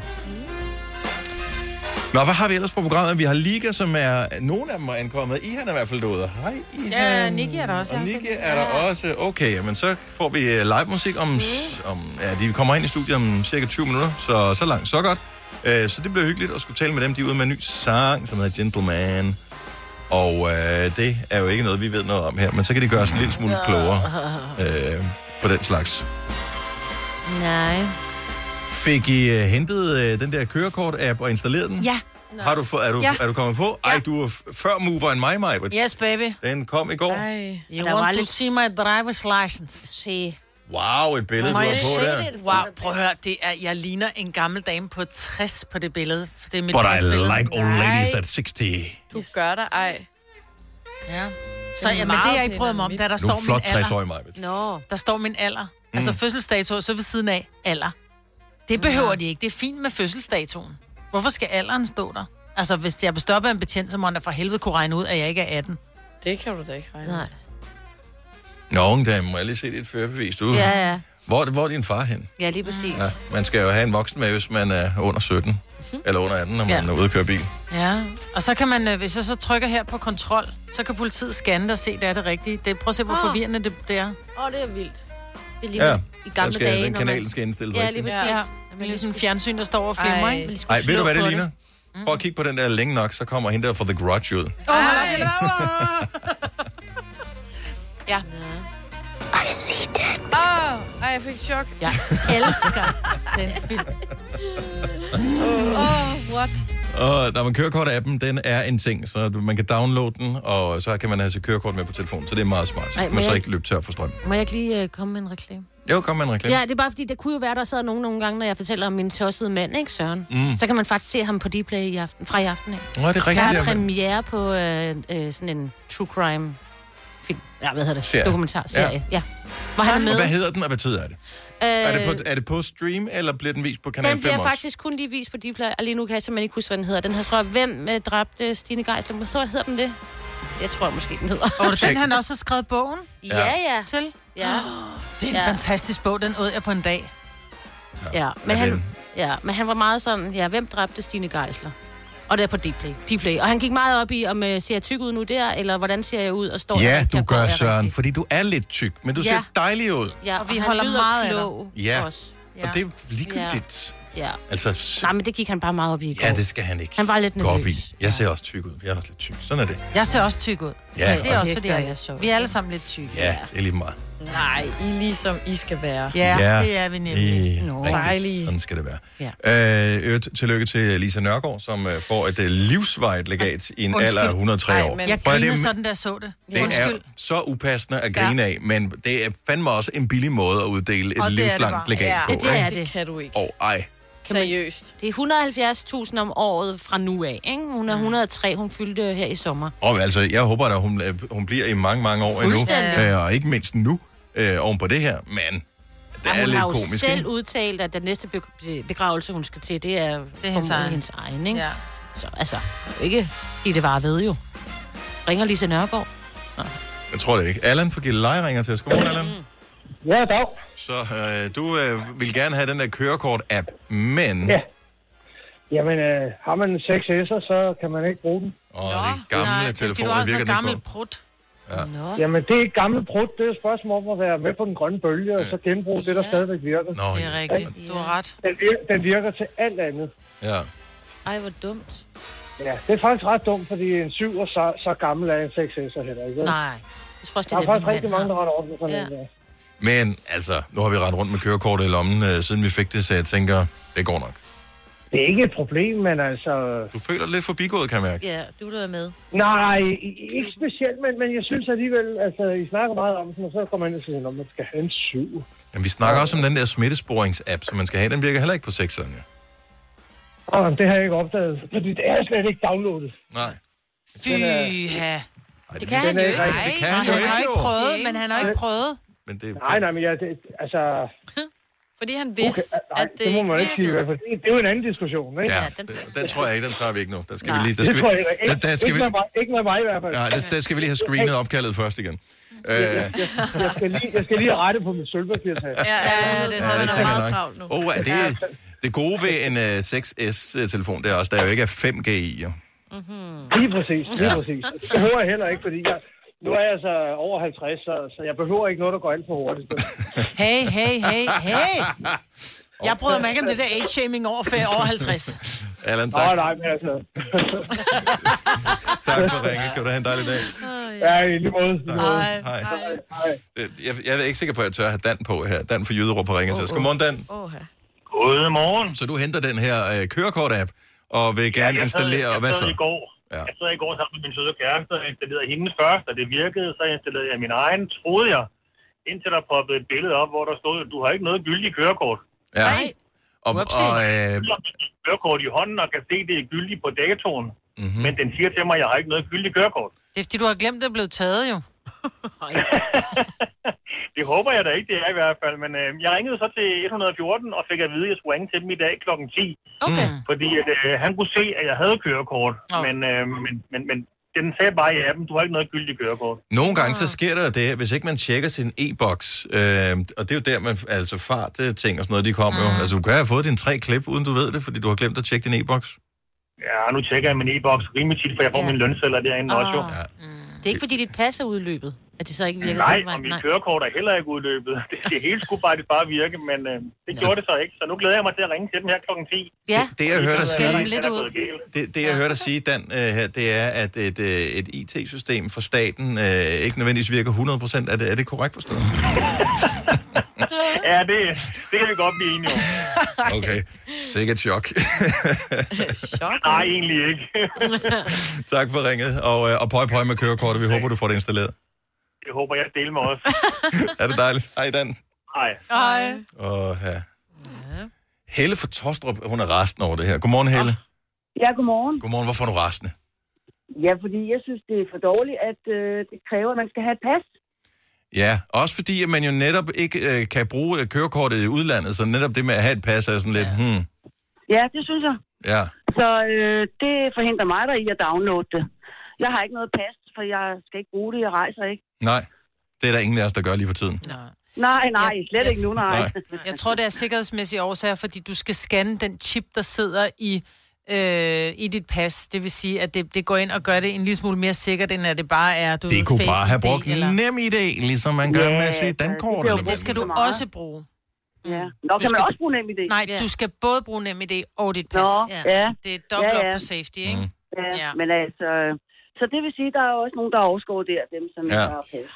Nå, hvad har vi ellers på programmet? Vi har Liga, som er... Nogle af dem er ankommet. I han er i hvert fald derude. Hej, I Ja, Nicky er der også. og jeg har Nikke set. er der også. Okay, men så får vi øh, live musik om, mm. om... Ja, de kommer ind i studiet om cirka 20 minutter, så så langt, så godt. Øh, Så det bliver hyggeligt at skulle tale med dem. De er ude med en ny sang, som hedder Gentleman. Og øh, det er jo ikke noget, vi ved noget om her, men så kan det gøre os en lille smule klogere øh, på den slags. Nej. Fik I øh, hentet øh, den der kørekort-app og installeret den? Ja. Har du, fået, er, du, Ja. er du kommet på? Ej, du er f- før mover end mig, Maja. Yes, baby. Den kom i går. Ej. You Der var want to lidt- see my driver's license? Se. Wow, et billede, du Må har jeg på se der. det? Wow, prøv at høre, det er, jeg ligner en gammel dame på 60 på det billede. For det er mit But I yndlingsbillede. like old ladies at 60. Du yes. gør dig ej. Ja. er Så jamen, meget det jeg ikke pænere brød mig om, end da der mit. Nu er står flot min alder. 60-årig, Maj-Brit. No. Der står min alder. Mm. Altså Mm. fødselsdato, og så ved siden af alder. Det behøver de ikke. Det er fint med fødselsdatoen. Hvorfor skal alderen stå der? Altså, hvis jeg bestopper en betjent, så må han da for helvede kunne regne ud, at jeg ikke er 18. Det kan du da ikke regne. Nej. Nå, da må jeg lige se dit førerbevis. Du, Ja, ja. Hvor, hvor er din far hen? Ja, Mm. lige præcis. Ja, man skal jo have en voksen med, hvis man er under 17. Mhm. Eller under 18, når man Ja. er ude at køre bil. Ja, og så kan man, øh, hvis jeg så trykker her på kontrol, så kan politiet scanne det og se, det er det rigtige. Det, prøv at se, hvor Ah. Åh. forvirrende det, det er. Åh, oh, det er vildt. Det er lige Ja, i der gamle skal- dage, den når kanal, man- den skal indstilles Ja, lige rigtigt. præcis. Ja. Ja. Det er ligesom fjernsyn, der står og filmer, ikke? Ej, ved du, hvad det ligner? Mm. Prøv at kigge på den der længe nok, så kommer hende der fra The Grudge ud. Åh, hold op. Ja. I see that. Åh, oh, jeg fik chok. Jeg elsker den film. Åh, oh, what? Og der man kørekort-appen, den er en ting, så du- man kan downloade den, og så kan man have sit kørekort med på telefonen, så det er meget smart. Ej, Ej, må man så jeg- ikke løbe tør for strøm. Må jeg ikke lige øh, komme med en reklame? Jo, kom med en reklame. Ja, det er bare fordi, der kunne jo være, der sad nogen nogle gange, når jeg fortæller om min tossede mand, ikke Søren? Mm. Mm. Så kan man faktisk se ham på Dplay i aften, fra i aften af. Nå, det er rigtigt, Der det er er- premiere på øh, øh, sådan en true crime film. Ja, hvad hedder det? Serie. Dokumentar. Serie, ja. ja. Hvor han er med. Og hvad hedder den, og hvad tid er det? Øh, Øh, er, det på, er det på stream, eller bliver den vist på Kanal den 5 bliver også? faktisk kun lige vist på Dplay, og lige nu kan jeg simpelthen ikke huske, hvad den hedder. Den her, tror jeg, hvem øh, dræbte Stine Geisler? Hvad tror jeg, hedder den det? Jeg tror måske, den hedder. Og det er den, han også har skrevet bogen? Ja, ja. Til? Ja. Det er en Ja. fantastisk bog, den åd jeg på en dag. Ja, men, er han, den- ja, men han var meget sådan, ja, hvem dræbte Stine Geisler? Og det er på Dplay. Dplay. Og han gik meget op i, om øh, ser jeg tyk ud nu der, eller hvordan ser jeg ud og står der, Ja, der du går gør, jeg Søren, fordi du er lidt tyk, men du Ja. ser dejlig ud. rigtig. Ja, og, vi vi holder holder meget af meget dig. klog. Ja, Også. og det er ligegyldigt. Ja. ja. Altså, s- Nej, men det gik han bare meget op i i går. ja, det skal han ikke Han var lidt gå op nervøs. i. Jeg ser også tyk ud. Jeg er også lidt tyk. Sådan er det. Jeg ser også tyk ud. Ja, det er og også det fordi, gør jeg, jeg er vi er alle sammen lidt tyke. Ja, det er lige meget. Nej, I er ligesom I skal være. Ja, Ja, det er vi Det nemlig. er Nå. rigtigt. Dejlige. Sådan skal det være. Ja. Øh, øvrigt, tillykke til Lisa Nørgaard, som øh, får et øh, livsvejt legat i en Undskyld. alder af 103 Ej, år. men jeg Prøv at- grinede sådan, da jeg så det. Det er så upassende at grine Ja. af, men det er fandme også en billig måde at uddele et Og det er det livslangt bare. legat Ja. på. Ja, det er ikke? det. Det kan du ikke. Og ej, Seriøst. Det er 170.000 om året fra nu af, ikke? Hun er 103, hun fyldte øh, her i sommer. Og altså, jeg håber at hun, hun bliver i mange, mange år endnu. Fuldstændig. Øh, og ikke mindst nu, øh, oven på det her. Men det Ja, er hun lidt har jo komisk, selv ikke? udtalt, at den næste be- begravelse, hun skal til, det er, det er hendes hendes, egen. egen. hendes egen, ikke? Ja. Så altså, det er jo ikke de det var ved jo. Ringer Lise Nørgaard. Jeg tror det ikke. Allan fra Gilleleje ringer til os. Godmorgen, Allan. Ja, dag. Så øh, du øh, vil gerne have den der kørekort-app, men... Ja. Jamen, øh, har man en 6S'er, så kan man ikke bruge den. Åh, de gamle nej, det er fordi, du telefoner har sådan virker den noget ikke på. gammelt Prut. Ja. Jamen, det er et gammelt brud. Det er et spørgsmål om at være med på den grønne bølge, og så genbruge det, der stadigvæk virker. Øh. Nå, Det er rigtigt. Du har ret. Den, vir- den virker til alt andet. Ja. Ej, hvor dumt. Ja, det er faktisk ret dumt, fordi en 7 er så, så gammel er en 6S'er heller ikke. Nej. Jeg tror også, det Der er er den, min faktisk mand rigtig har. mange, der har ordnet sådan Ja. en, ja. Men altså, nu har vi rendt rundt med kørekortet i lommen, øh, siden vi fik det, så jeg tænker, det går nok. Det er ikke et problem, men altså... Du føler dig lidt forbigået, kan jeg mærke. Ja, du er med. Nej, i- ikke specielt, men, men jeg synes alligevel, altså, I snakker meget om den, og så kommer man ind og siger, at man skal have en 7. Men vi snakker også om den der smittesporings-app, som man skal have. Den virker heller ikke på sexerne. Ja. Åh, men det har jeg ikke opdaget, fordi det er slet ikke downloadet. Nej. Fyha. Det kan den han er jo ikke. ikke rigtig- Nej, det kan han han jo har ikke, ikke jo. prøvet, men han har ikke prøvet. Men det... Nej, nej, men jeg, det, altså... Fordi han vidste, okay, nej, at det, det må man ikke sige. i hvert fald. Det, det er jo en anden diskussion, ikke? Ja, den, den tror jeg ikke, den tager vi ikke nu. Der skal vi lige, der det skal vi, tror jeg ikke. der, Ikke, der skal vi, ikke, med mig, ikke med mig i hvert fald. nej, der, der skal vi lige have screenet opkaldet først igen. Øh, ja, Jeg, jeg, skal lige, jeg skal lige rette på mit sølvpapirtag. Ja, ja, det er det sådan, tænker meget jeg travlt nu. nok. Oh, er det, det gode ved en uh, 6S-telefon, det er også, der jo ikke er 5G i. Jo. Lige præcis, lige Ja. præcis. Det behøver jeg heller ikke, fordi jeg, nu er jeg så over 50, så, så jeg behøver ikke noget, der går alt for hurtigt. Hey, hey, hey, hey. Jeg bryder mig ikke om det der age-shaming over, fem- over 50. Allan, Åh, tak, nej, men altså... tak for ringen. Kan du have en dejlig dag. Ja, i lige måde. Tak. Hej. Hej. Øh, Jeg, jeg er ikke sikker på, at jeg tør have Dan på her. Dan for Jyderup på ringer til os. Godmorgen, Dan. Åh, Godmorgen. Så du henter den her øh, kørekort-app, og vil gerne jeg installere, sad, og hvad Jeg sad så? i går, Ja. jeg sad i går sammen med min søde kæreste, og installerede hendes først, og det virkede. Så installerede jeg min egen, troede jeg, indtil der poppede et billede op, hvor der stod, du har ikke noget gyldigt kørekort. Ja. Og, Whoopsie. og, øh, Jeg har et kørekort i hånden og kan se, det er gyldigt på datoen. Mhm. Mm-hmm. Men den siger til mig, at jeg har ikke noget gyldigt kørekort. Det er fordi, du har glemt, at det blev taget jo. Det håber jeg da ikke, det er i hvert fald. Men øh, jeg ringede så til 114 og fik at vide, at jeg skulle ringe til dem i dag kl. 10. Okay. Mm. Fordi at, øh, han kunne se, at jeg havde kørekort. Nå. Men, øh, men, men, men den sagde bare i appen, du har ikke noget gyldigt kørekort. Nogle gange så sker der det, hvis ikke man tjekker sin e-boks, øh, og det er jo der, man, altså fart øh, ting og sådan noget, de kommer jo. Altså, du kan have fået dine tre klip, uden du ved det, fordi du har glemt at tjekke din e-boks. Ja, nu tjekker jeg min e-boks rimelig tit, for jeg får Ja. ja. min lønceller Ah. derinde Åh. også jo. Ja. Det er ikke, fordi dit pas er udløbet, at det så ikke virker. Nej, den vej. og mit kørekort er heller ikke udløbet. Det, det hele skulle faktisk bare virke, men øh, det gjorde det så ikke. Så nu glæder jeg mig til at ringe til dem her klokken 10. Ja. Det, jeg hører dig sige, Lidt ud. det, det, jeg hører dig sige Dan, øh, her, det er, at et, øh, et IT-system for staten øh, ikke nødvendigvis virker 100%. Er det, er det korrekt forstået? Ja, det, det kan vi godt blive enige om. Okay, sikkert chok. Nej, egentlig ikke. tak for ringet, og, øh, og pøj pøj med kørekortet. Vi håber, du får det installeret. Det håber jeg deler med os. Er det dejligt? Hej, Dan. Hej. Hej. Og, ja. Helle fra Tostrup, hun er resten over det her. Godmorgen, Helle. Ah. Ja, godmorgen. Godmorgen, hvorfor er du rastende? Ja, fordi jeg synes, det er for dårligt, at øh, det kræver, at man skal have et pas. Ja, også fordi at man jo netop ikke øh, kan bruge øh, kørekortet i udlandet, så netop det med at have et pas er sådan lidt, hmm, Ja, det synes jeg. ja. Så øh, det forhindrer mig der i at downloade det. Jeg har ikke noget pas, for jeg skal ikke bruge det. Jeg rejser ikke. Nej, det er der ingen af os, der gør lige for tiden. Nej, nej, slet ikke nu, nej. Jeg tror, det er sikkerhedsmæssige årsager, fordi du skal scanne den chip, der sidder i, øh, i dit pas. Det vil sige, at det, det går ind og gør det en lille smule mere sikkert, end at det bare er, du ved, Det kunne Face bare have ID brugt eller- nem idé, ligesom man gør med sit dankort. Men det skal du også bruge. Mm. Ja. Nå, kan man også bruge NemID? Nej, du skal både bruge NemID og dit pas. Nå, ja. Det er dobbelt Ja, ja, ja. op på safety, ikke? Mm. Ja, ja. Men altså, øh, så det vil sige, at der er jo også nogen, der overskår der, dem som Ja. ja. ikke har pas.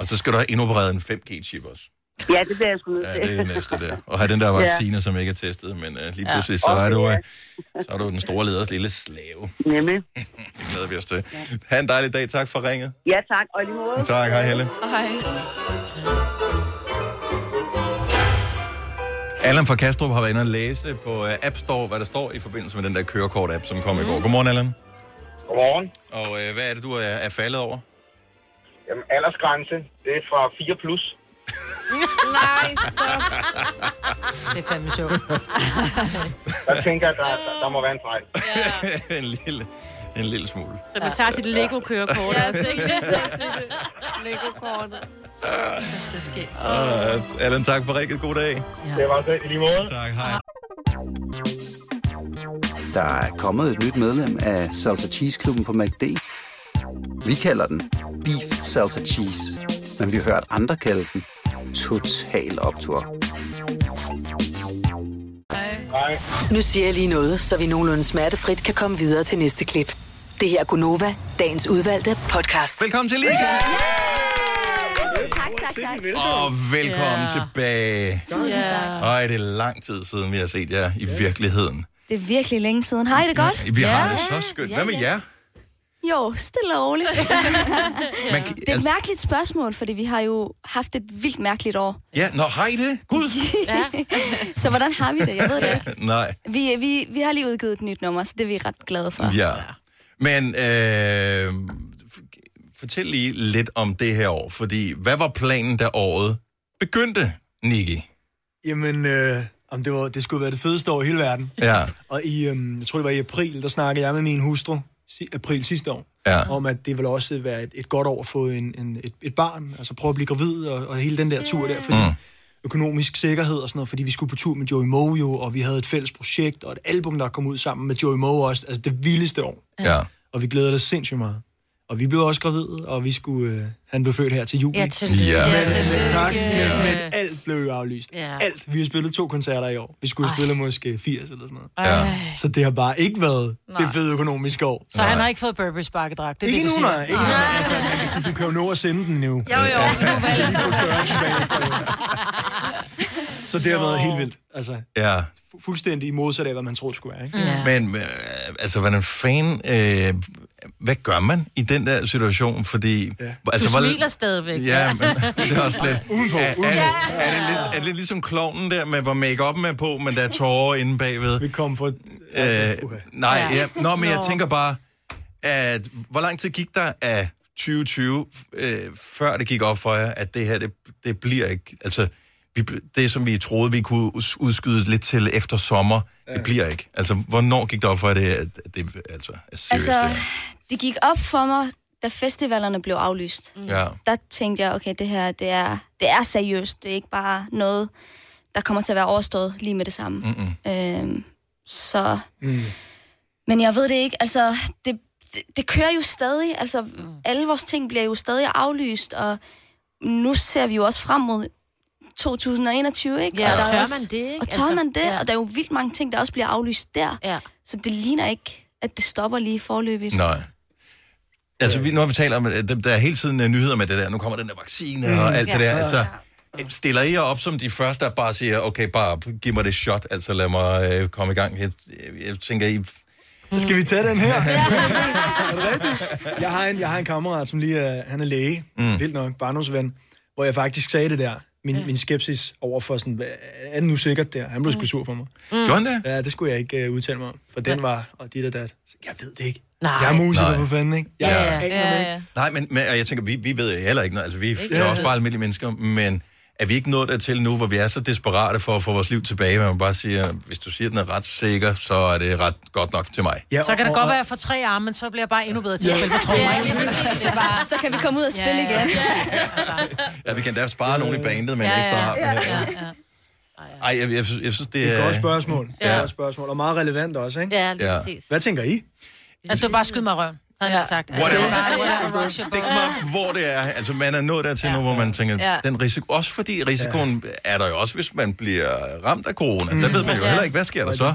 Og så skal du have indopereret en 5G-chip også. Ja, det bliver jeg sgu nødt Ja, til. det er det næste der. Og have den der Ja. vaccine, som ikke er testet, men uh, lige Ja. pludselig, så, er Okay, du, ja. øh, så er du den store leders lille slave. Nemlig. det glæder vi os til. Ha' en dejlig dag. Tak for ringet. Ja, tak. Og i lige måde. Tak, hej Helle. Hej. Allan fra Kastrup har været inde og læse på øh, App Store, hvad der står i forbindelse med den der kørekort-app, som kom i går. Godmorgen, Allan. Mhm. Godmorgen. Og øh, hvad er det, du er, er faldet over? Jamen, aldersgrænse, det er fra 4 plus. Nej, stop. Det er fandme sjovt. Der tænker jeg, der, der, der må være en fejl. Ja. en, lille, en lille smule. Så man tager sit Lego-kørekort. Ja, og- sikkert. Lego-kortet. Det sker. Uh, Allan, tak for rigtig god dag. Ja. Det var det i lige måde. Tak, hej. Der er kommet et nyt medlem af Salsa Cheese Klubben på MACD. Vi kalder den Beef Salsa Cheese, men vi har hørt andre kalde den Total Optor. Nu siger jeg lige noget, så vi nogenlunde smertefrit kan komme videre til næste klip. Det her er Gunova, dagens udvalgte podcast. Velkommen til Liga! Tak, tak, tak. Og velkommen tilbage. Tusind tak. Ej, det er lang tid siden, vi har set jer i virkeligheden. Det er virkelig længe siden. Har I det godt? Vi har det så skønt. Hvad med jer? Jo, stille og roligt. Man, altså- Det er et mærkeligt spørgsmål, fordi vi har jo haft et vildt mærkeligt år. ja, nå, har I det? Gud! så hvordan har vi det? Jeg ved det ikke. Nej, Vi, vi, vi har lige udgivet et nyt nummer, så det er vi ret glade for. ja. Men øh, f- fortæl lige lidt om det her år, fordi hvad var planen, da året begyndte, Niki? Jamen, øh, om det, var, det skulle være det fedeste år i hele verden. Ja. Og i, øhm, jeg tror det var i april, der snakkede jeg med min hustru, si- april sidste år, Ja. om at det ville også være et, et godt år at få en, en, et, et barn, altså prøve at blive gravid og, og hele den der tur der, fordi mm. økonomisk sikkerhed og sådan noget, fordi vi skulle på tur med Joey Mojo, og vi havde et fælles projekt og et album, der kom ud sammen med Joey Mojo også, altså det vildeste år. Ja. Og vi glæder os sindssygt meget. Og vi blev også gravide, og vi skulle, øh, han blev født her til juli. Ja, tillykke. Ja. Ja, tillykke. Men, tak, men, Ja. men alt blev jo aflyst. Ja. Alt. Vi har spillet to koncerter i år. Vi skulle Ej. spille måske 80 eller sådan noget. Ja. Så det har bare ikke været Nej. det fede økonomiske år. Så han har ikke fået Burberry's bakkedragt. Det er ikke det, du nu, siger. nej. Ikke nu, nej. Altså, man kan sige, du kan jo nå at sende den nu. Jo, jo. Så det har været helt vildt. Altså, Ja. fu- fuldstændig modsat af, hvad man troede det skulle være. Ikke? Men øh, altså, hvordan fanden... Øh, hvad gør man i den der situation? Fordi... Ja. Altså, Altså, du hvor- smiler stadigvæk. Ja, men det er også lidt... Udenpå, er, udenpå. Er, det- er, det lidt, er det lidt ligesom klovnen der, med, hvor make-up'en er på, men der er tårer inde bagved? Vi kom for... Øh, nej, Ja. ja. Nå, men jeg Nå. tænker bare, at hvor lang tid gik der af 2020, øh, før det gik op for jer, at det her, det, det bliver ikke... Altså, vi, bl- det som vi troede, vi kunne us- udskyde lidt til efter sommer, Det bliver ikke. Altså, hvornår gik det op for jer, det, at at det altså, er seriøst? Altså, Altså... det gik op for mig, da festivalerne blev aflyst. Ja. Der tænkte jeg, okay, det her, det er, det er seriøst. Det er ikke bare noget, der kommer til at være overstået lige med det samme. Mm-mm. Øhm, så, Mm. men jeg ved det ikke. Altså, det, det, det kører jo stadig. Altså, mm. alle vores ting bliver jo stadig aflyst, og nu ser vi jo også frem mod 2021, ikke? Ja, og og er tør også, man det, ikke? Og tør Altså, man det, ja. og der er jo vildt mange ting, der også bliver aflyst der. Ja. Så det ligner ikke, at det stopper lige forløbigt. Nej. Altså, vi, nu har vi talt om, at der- der er hele tiden øh, nyheder med det der, nu kommer den der vaccine Mm. og alt det Ja. der. Altså, stiller I jer op som de første, der bare siger, okay, bare giv mig det shot, altså lad mig øh, komme i gang. Jeg, jeg, jeg tænker, I... Skal vi tage den her? er det rigtigt? Jeg har en, jeg har en kammerat, som lige er, han er læge, mm. vildt nok, barndomsven, hvor jeg faktisk sagde det der, min, min skepsis over for sådan, hvad, er det nu sikkert der? Han blev sgu sur på mig. Mm. Gjorde han det? Ja, det skulle jeg ikke uh, udtale mig om, for den var, og dit og dat. Så Jeg ved det ikke. Nej. Jeg er musiker Nej. for fanden, ikke? Jeg Ja. aner det Ja, ikke. ja. Nej, men, men og jeg tænker, vi, vi ved heller ikke noget. Altså, vi Ikke er noget. også bare almindelige mennesker, men er vi ikke nået dertil nu, hvor vi er så desperate for at få vores liv tilbage, hvor man bare siger, hvis du siger, at den er ret sikker, så er det ret godt nok til mig. Ja, så kan det godt være, at jeg får tre arme, men så bliver jeg bare endnu bedre til at Ja. spille på trommer. Ja, lige præcis. Det er bare- Så kan vi komme ud og spille Ja, igen. præcis. Ja, vi kan da spare nogen i bandet med en ekstra arm. ja, her. ja. Ej, jeg, jeg, synes- jeg synes, det Det er... er et godt spørgsmål. Ja. Ja. Det er et godt spørgsmål, og meget relevant også, ikke? Ja, lige Ja. præcis. Hvad tænker I? Altså, du bare skyd mig i røven, havde jeg ja. sagt. Altså, Whatever. det er bare- whatever. Stik mig, hvor det er. Altså, man er nået dertil nu, hvor man tænker, Ja. den risiko... Også fordi risikoen er der jo også, hvis man bliver ramt af corona. Der ved man jo Præcis. heller ikke, hvad sker der så?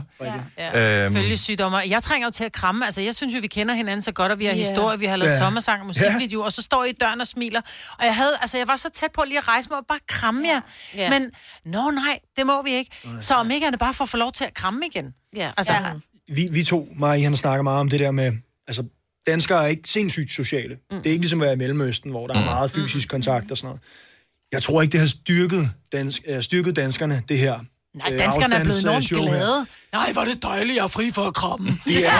Ja. Øhm. Følgesygdomme. Jeg trænger jo til at kramme. Altså, jeg synes jo, vi kender hinanden så godt, og vi har Ja. historie, vi har lavet Ja. sommersang, musikvideo, og så står I i døren og smiler. Og jeg havde, altså, jeg var så tæt på lige at rejse mig og bare kramme jer. Ja. Men, nå nej, det må vi ikke. Så om ikke andet bare får få lov til at kramme igen. Ja. Altså, Ja. vi, vi to, mig og I, han snakker meget om det der med, altså danskere er ikke sindssygt sociale. Mm. Det er ikke ligesom at være i Mellemøsten, hvor der er meget fysisk kontakt og sådan noget. Jeg tror ikke, det har styrket, dansk, øh, styrket danskerne, det her. Øh, Nej, danskerne er blevet enormt glade. Nej, hvor er det dejligt, jeg er fri for at kramme. Ja. Ja. Ja.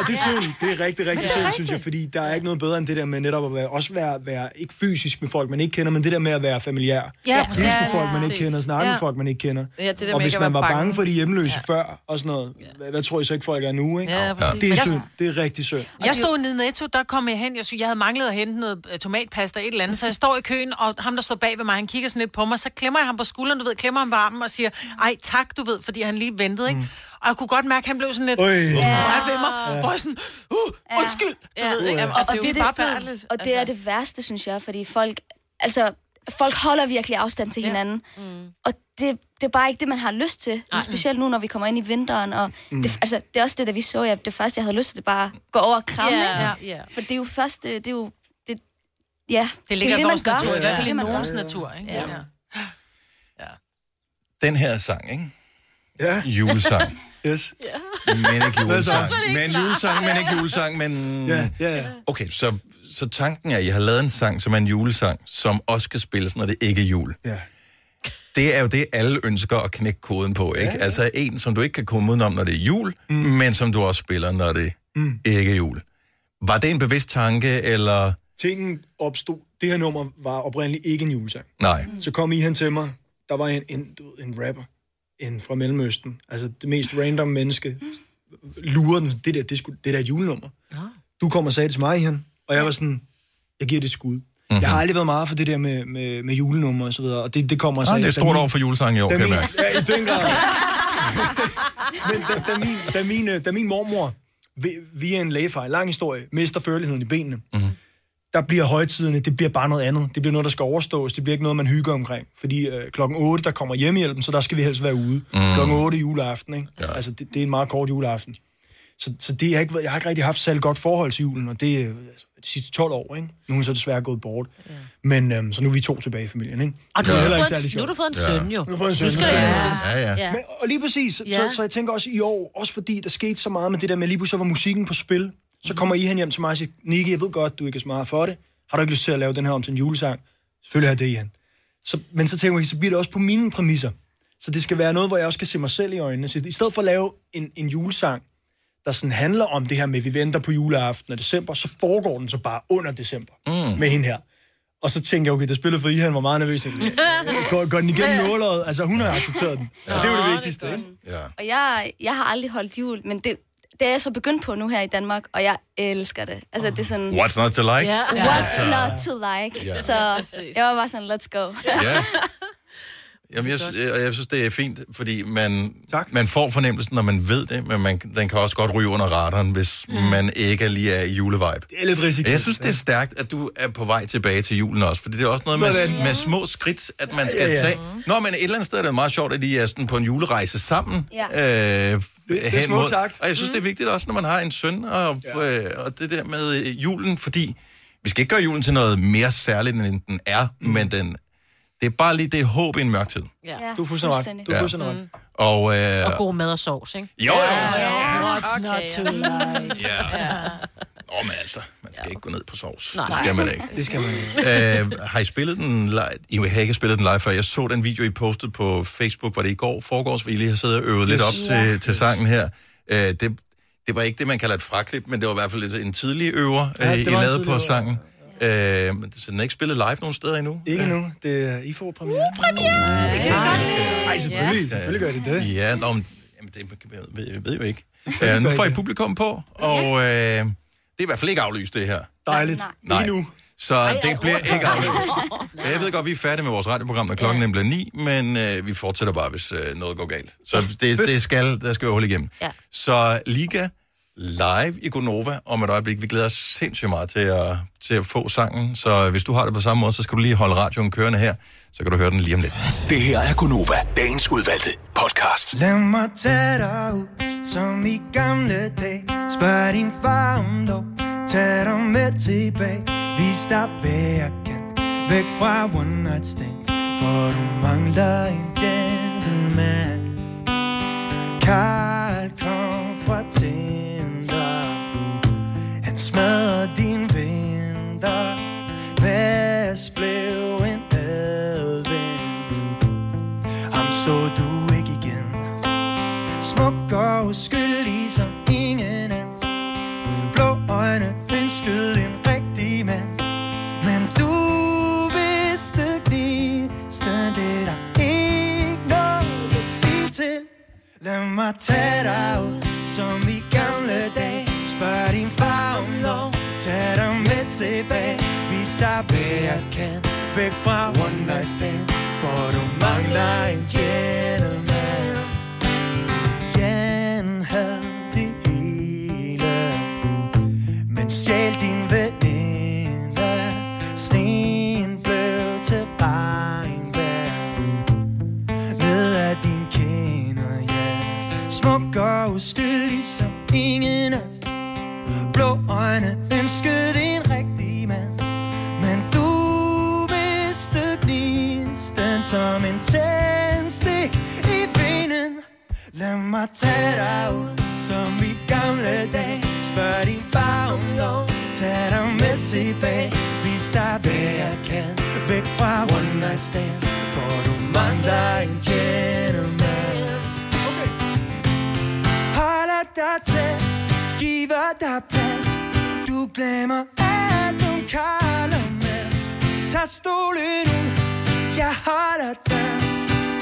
Og det er synd. Det er rigtig, Det er rigtig synd, rigtigt. synes jeg, fordi der er ikke noget bedre end det der med netop at være, også være, være ikke fysisk med folk, man ikke kender, men det der med at være familiær. Ja, Lyse med ja, folk, man præcis. ikke kender, snakke Ja. med folk, man ikke kender. Ja, det der med og hvis ikke at man være var bange. bange. for de hjemløse før og sådan noget, hvad, hvad tror I så ikke, folk er nu, ikke? Ja, præcis. Det er Jeg- synd. Det er rigtig synd. Jeg stod nede i Netto, der kom jeg hen, jeg, synes, jeg havde manglet at hente noget øh, tomatpasta, et eller andet, så jeg står i køen, og ham, der står bag ved mig, han kigger sådan lidt på mig, så klemmer jeg ham på skulderen, du ved, klemmer ham på armen og siger, ej tak, du ved, fordi han lige ventede, ikke? Og jeg kunne godt mærke, at han blev sådan lidt Mm. Øj. rørt ved mig, hvor jeg sådan, uh, undskyld, du ved, ikke? Jamen, Og det er jo bare altså. blevet- og det er det værste, synes jeg, fordi folk, altså, folk holder virkelig afstand til hinanden. Ja. Mm. Og det, det er bare ikke det, man har lyst til. Ej. Ej. Specielt nu, når vi kommer ind i vinteren. Og Mm. mm. det, altså, det er også det, der vi så. Ja, det første, jeg havde lyst til, det bare at gå over og kramme. Ja, ikke? ja. For det er jo først, øh, det er jo... Det, ja, Det ligger i man vores gør. natur, i Det hvert er fald i det, man gør. nogens natur, ikke? Ja. Den her sang, ikke? Ja. Julesang. yes. Men ikke Hvad så? julesang. Så er det ikke Men klar. julesang, men ikke julesang, men... Ja, ja, ja. Okay, så, så tanken er, at jeg har lavet en sang, som er en julesang, som også skal spilles, når det ikke er jul. Ja. Det er jo det, alle ønsker at knække koden på, ikke? Ja, ja. Altså en, som du ikke kan komme udenom, når det er jul, mm. men som du også spiller, når det mm. ikke er jul. Var det en bevidst tanke, eller... Tingen opstod, det her nummer var oprindeligt ikke en julesang. Nej. Så kom I hen til mig, der var en, en, du ved, en rapper, en fra Mellemøsten, altså det mest random menneske, lurer den, det der, det, skulle, det der er et julenummer. Du kom og sagde det til mig, Ihan, og jeg var sådan, jeg giver det et skud. Mhm. Mm-hmm. Jeg har aldrig været meget for det der med, med, med julenummer og så videre, og det, det kommer altså... Ah, det er da stort min- over for julesang i år, da kan jeg min- mærke. Ja, i den grad. Men da, da, min, da, min, øh, da min mormor vi- via en lægefejl, lang historie, mister førligheden i benene, mm-hmm. der bliver højtiderne, det bliver bare noget andet. Det bliver noget, der skal overstås. Det bliver ikke noget, man hygger omkring. Fordi øh, klokken 8, der kommer hjemmehjælpen, så der skal vi helst være ude. Mm. Klokken 8 juleaften, ikke? Ja. Altså, det, det er en meget kort juleaften. Så, så det, jeg, har ikke, været- jeg har ikke rigtig haft særlig godt forhold til julen, og det er altså, de sidste 12 år, ikke? Nu er hun så desværre gået bort. Ja. Men øhm, så nu er vi to tilbage i familien, ikke? Og du Det er har heller fået ikke en- særlig nu har sjovt. du fået en Ja. søn, jo. Nu har jeg fået en søn. Nu skal det jules. ja. Ja, ja. ja. Men, og lige præcis, ja. Ja. så, så jeg tænker også i år, også fordi der skete så meget med det der med, lige pludselig var musikken på spil. Så kommer I hen hjem til mig og siger, Nikke, jeg ved godt, du ikke er så meget for det. Har du ikke lyst til at lave den her om til en julesang? Selvfølgelig har jeg det, Ian. Så, men så tænker jeg, så bliver det også på mine præmisser. Så det skal være noget, hvor jeg også kan se mig selv i øjnene. Så i stedet for at lave en, en julesang, der sådan handler om det her med, at vi venter på juleaften og december, så foregår den så bare under december mm. med hende her. Og så tænker jeg, okay, der spillede for Ihan, var meget nervøs. Jeg tænkte, går, går den igennem Ja. nåleret. Altså, hun har accepteret den. Og det er jo Nå, det vigtigste, ikke? Ja. Og jeg, jeg har aldrig holdt jul, men det, det er jeg så begyndt på nu her i Danmark, og jeg elsker det. Altså, det er sådan... What's not to like? Yeah. Ja. What's Altså. not to like? Ja. Yeah. Så jeg var bare sådan, let's go. Ja. Jamen, jeg, sy- og jeg synes, det er fint, fordi man, man får fornemmelsen, når man ved det, men man, den kan også godt ryge under radaren, hvis mm. man ikke lige er i julevibe. Det er lidt risikabelt. Jeg synes, det er stærkt, at du er på vej tilbage til julen også, fordi det er også noget Sådan. med, med små skridt, at man skal Ja, ja, ja. ja. tage. Nå, men et eller andet sted er det meget sjovt, at I er sådan på en julerejse sammen. Ja. Øh, det, det er smukt sagt. Og jeg synes, mm. det er vigtigt også, når man har en søn, og, ja. øh, og det der med øh, julen, fordi vi skal ikke gøre julen til noget mere særligt, end den er, mm. men den, det er bare lige det håb i en mørk tid. Ja. Du er fuldstændig ret. Du er Ja. fuldstændig ret. Og, øh, Og god mad og sovs, ikke? Jo, jo. Ja, What's not to like? Ja. Åh, men altså, man skal ikke gå ned på sovs. Nej. Det skal man ikke. Det skal man ikke. øh, har I spillet den live? I har ikke spillet den live før. Jeg så den video, I postede på Facebook, var det i går, foregårs, hvor I lige har siddet og øvet yes. lidt op Ja. til, til sangen her. Øh, det, det var ikke det, man kalder et fraklip, men det var i hvert fald lidt en tidlig øver, Ja, ja, det I var en lavede tidlig på øver. sangen. Øh, men så den er ikke spillet live nogen steder endnu? Ikke Øh, nu. Det er, I får premiere. Uh, premiere! Det kan jeg godt lide. Nej, selvfølgelig. Ja. Selvfølgelig gør de det. Ja, nå, men, jamen, det jeg ved jeg ved jo ikke. Øh, nu får I publikum på, og øh, det er i hvert fald ikke aflyst, det her. Dejligt. Nej. Ikke nu. Så det bliver ikke aflyst. Ja, Jeg ved godt, vi er færdige med vores radioprogram, når klokken yeah. bliver ni, men øh, vi fortsætter bare, hvis øh, noget går galt. Så det, det skal, der skal vi holde igennem. Ja. Så Liga live i Gonova om et øjeblik. Vi glæder os sindssygt meget til at, til at få sangen, så hvis du har det på samme måde, så skal du lige holde radioen kørende her, så kan du høre den lige om lidt. Det her er Gunova, dagens udvalgte podcast. Lad mig tage dig ud, som i gamle dage. Spørg din far om lov, tag dig med tilbage. Vis dig, hvad jeg kan, væk fra one night stands. For du mangler en gentleman. Karl kom fra Tinder. Han smadrer din vinter. Mads blev en advent. Ham så du ikke igen Smuk og uskyldig som ingen anden Blå øjne ønskede en rigtig mand Men du vidste gnisten Det er der ikke noget at sige til Lad mig tage dig ud som i gamle dage Spørg din far om lov Tag dig med tilbage Vis dig hvad jeg kan Væk fra one night stand For du mangler en gentleman Jan havde det hele Men stjal din veninde Sneen blev til regnvejr Ned ad din kinder, ja Smuk og uskyldig som ingen er Blå øjne ønskede en rigtig mand Men du mistede gnisten som en tændstik i vinden Lad mig tage dig ud som i gamle dage Spørg din far om lov Tag dig med tilbage Vis dig hvad jeg kan Væk fra one night stands For du mangler en gentleman Holder dig tæt Giver dig plads Du glemmer alt om Karl og Mads Tag stolen ud Jeg holder dig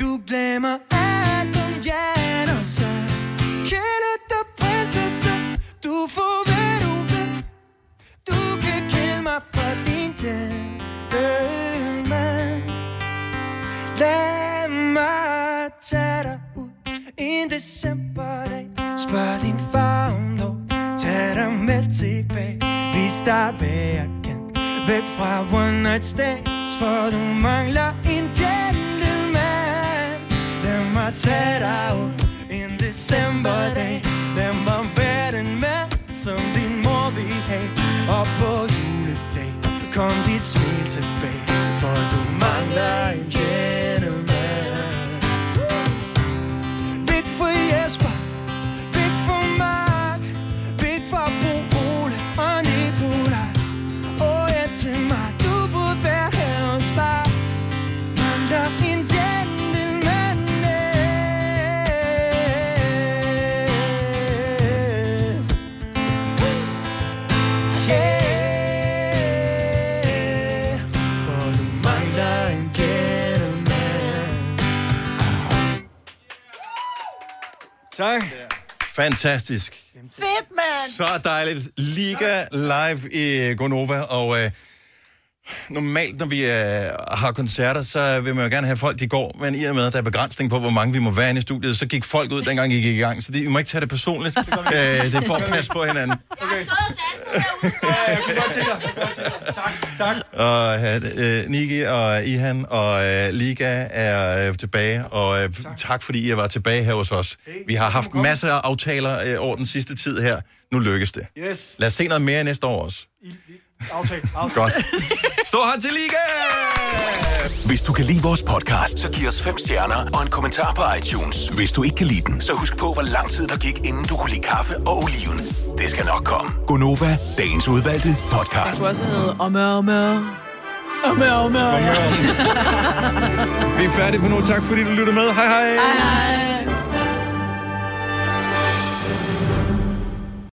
Du glemmer alt om Jan og Søren Kille dig prinsesse Du får hvad du vil Du kan kende mig for din gentleman Lad mig tage dig ud en decemberdag Spørg din far om lov Tag dig med tilbage Vis dig hvad jeg kan Væk fra one night stands For du mangler en gentleman Lad mig tage dig ud En decemberdag Lad mig være den mand Som din mor vil have Og på juledag Kom dit smil tilbage For du mangler en gentleman Væk fra Jesper Væk fra Mark Væk fra Bo Ole og Nikolaj Og hjem til mig Du burde være her hos mig Mangler en gentleman Yeah For du mangler en gentleman Tak. Fantastisk. Fedt, mand! Så dejligt. Liga live i Gonova, og øh, normalt, når vi øh, har koncerter, så vil man jo gerne have folk, de går, men i og med, at der er begrænsning på, hvor mange vi må være inde i studiet, så gik folk ud, dengang I gik i gang, så det, vi må ikke tage det personligt. Øh, det er for at passe på hinanden. Okay. Ja, jeg kunne godt se dig. Jeg kunne godt se dig. Tak, tak. Og øh, Niki og Ihan og øh, Liga er øh, tilbage, og øh, tak. tak fordi I var tilbage her hos os. Vi har haft masser af aftaler øh, over den sidste tid her. Nu lykkes det. Yes. Lad os se noget mere næste år også. Aftale. Aftale. Godt. Stå her til Liga! Hvis du kan lide vores podcast, så giv os fem stjerner og en kommentar på iTunes. Hvis du ikke kan lide den, så husk på, hvor lang tid der gik, inden du kunne lide kaffe og oliven. Det skal nok komme. Gonova, dagens udvalgte Den podcast. kunne også hedde Omme, omme. Omme, omme. Vi er færdige for nu. Tak fordi du lyttede med. Hej hej! Hej, hej.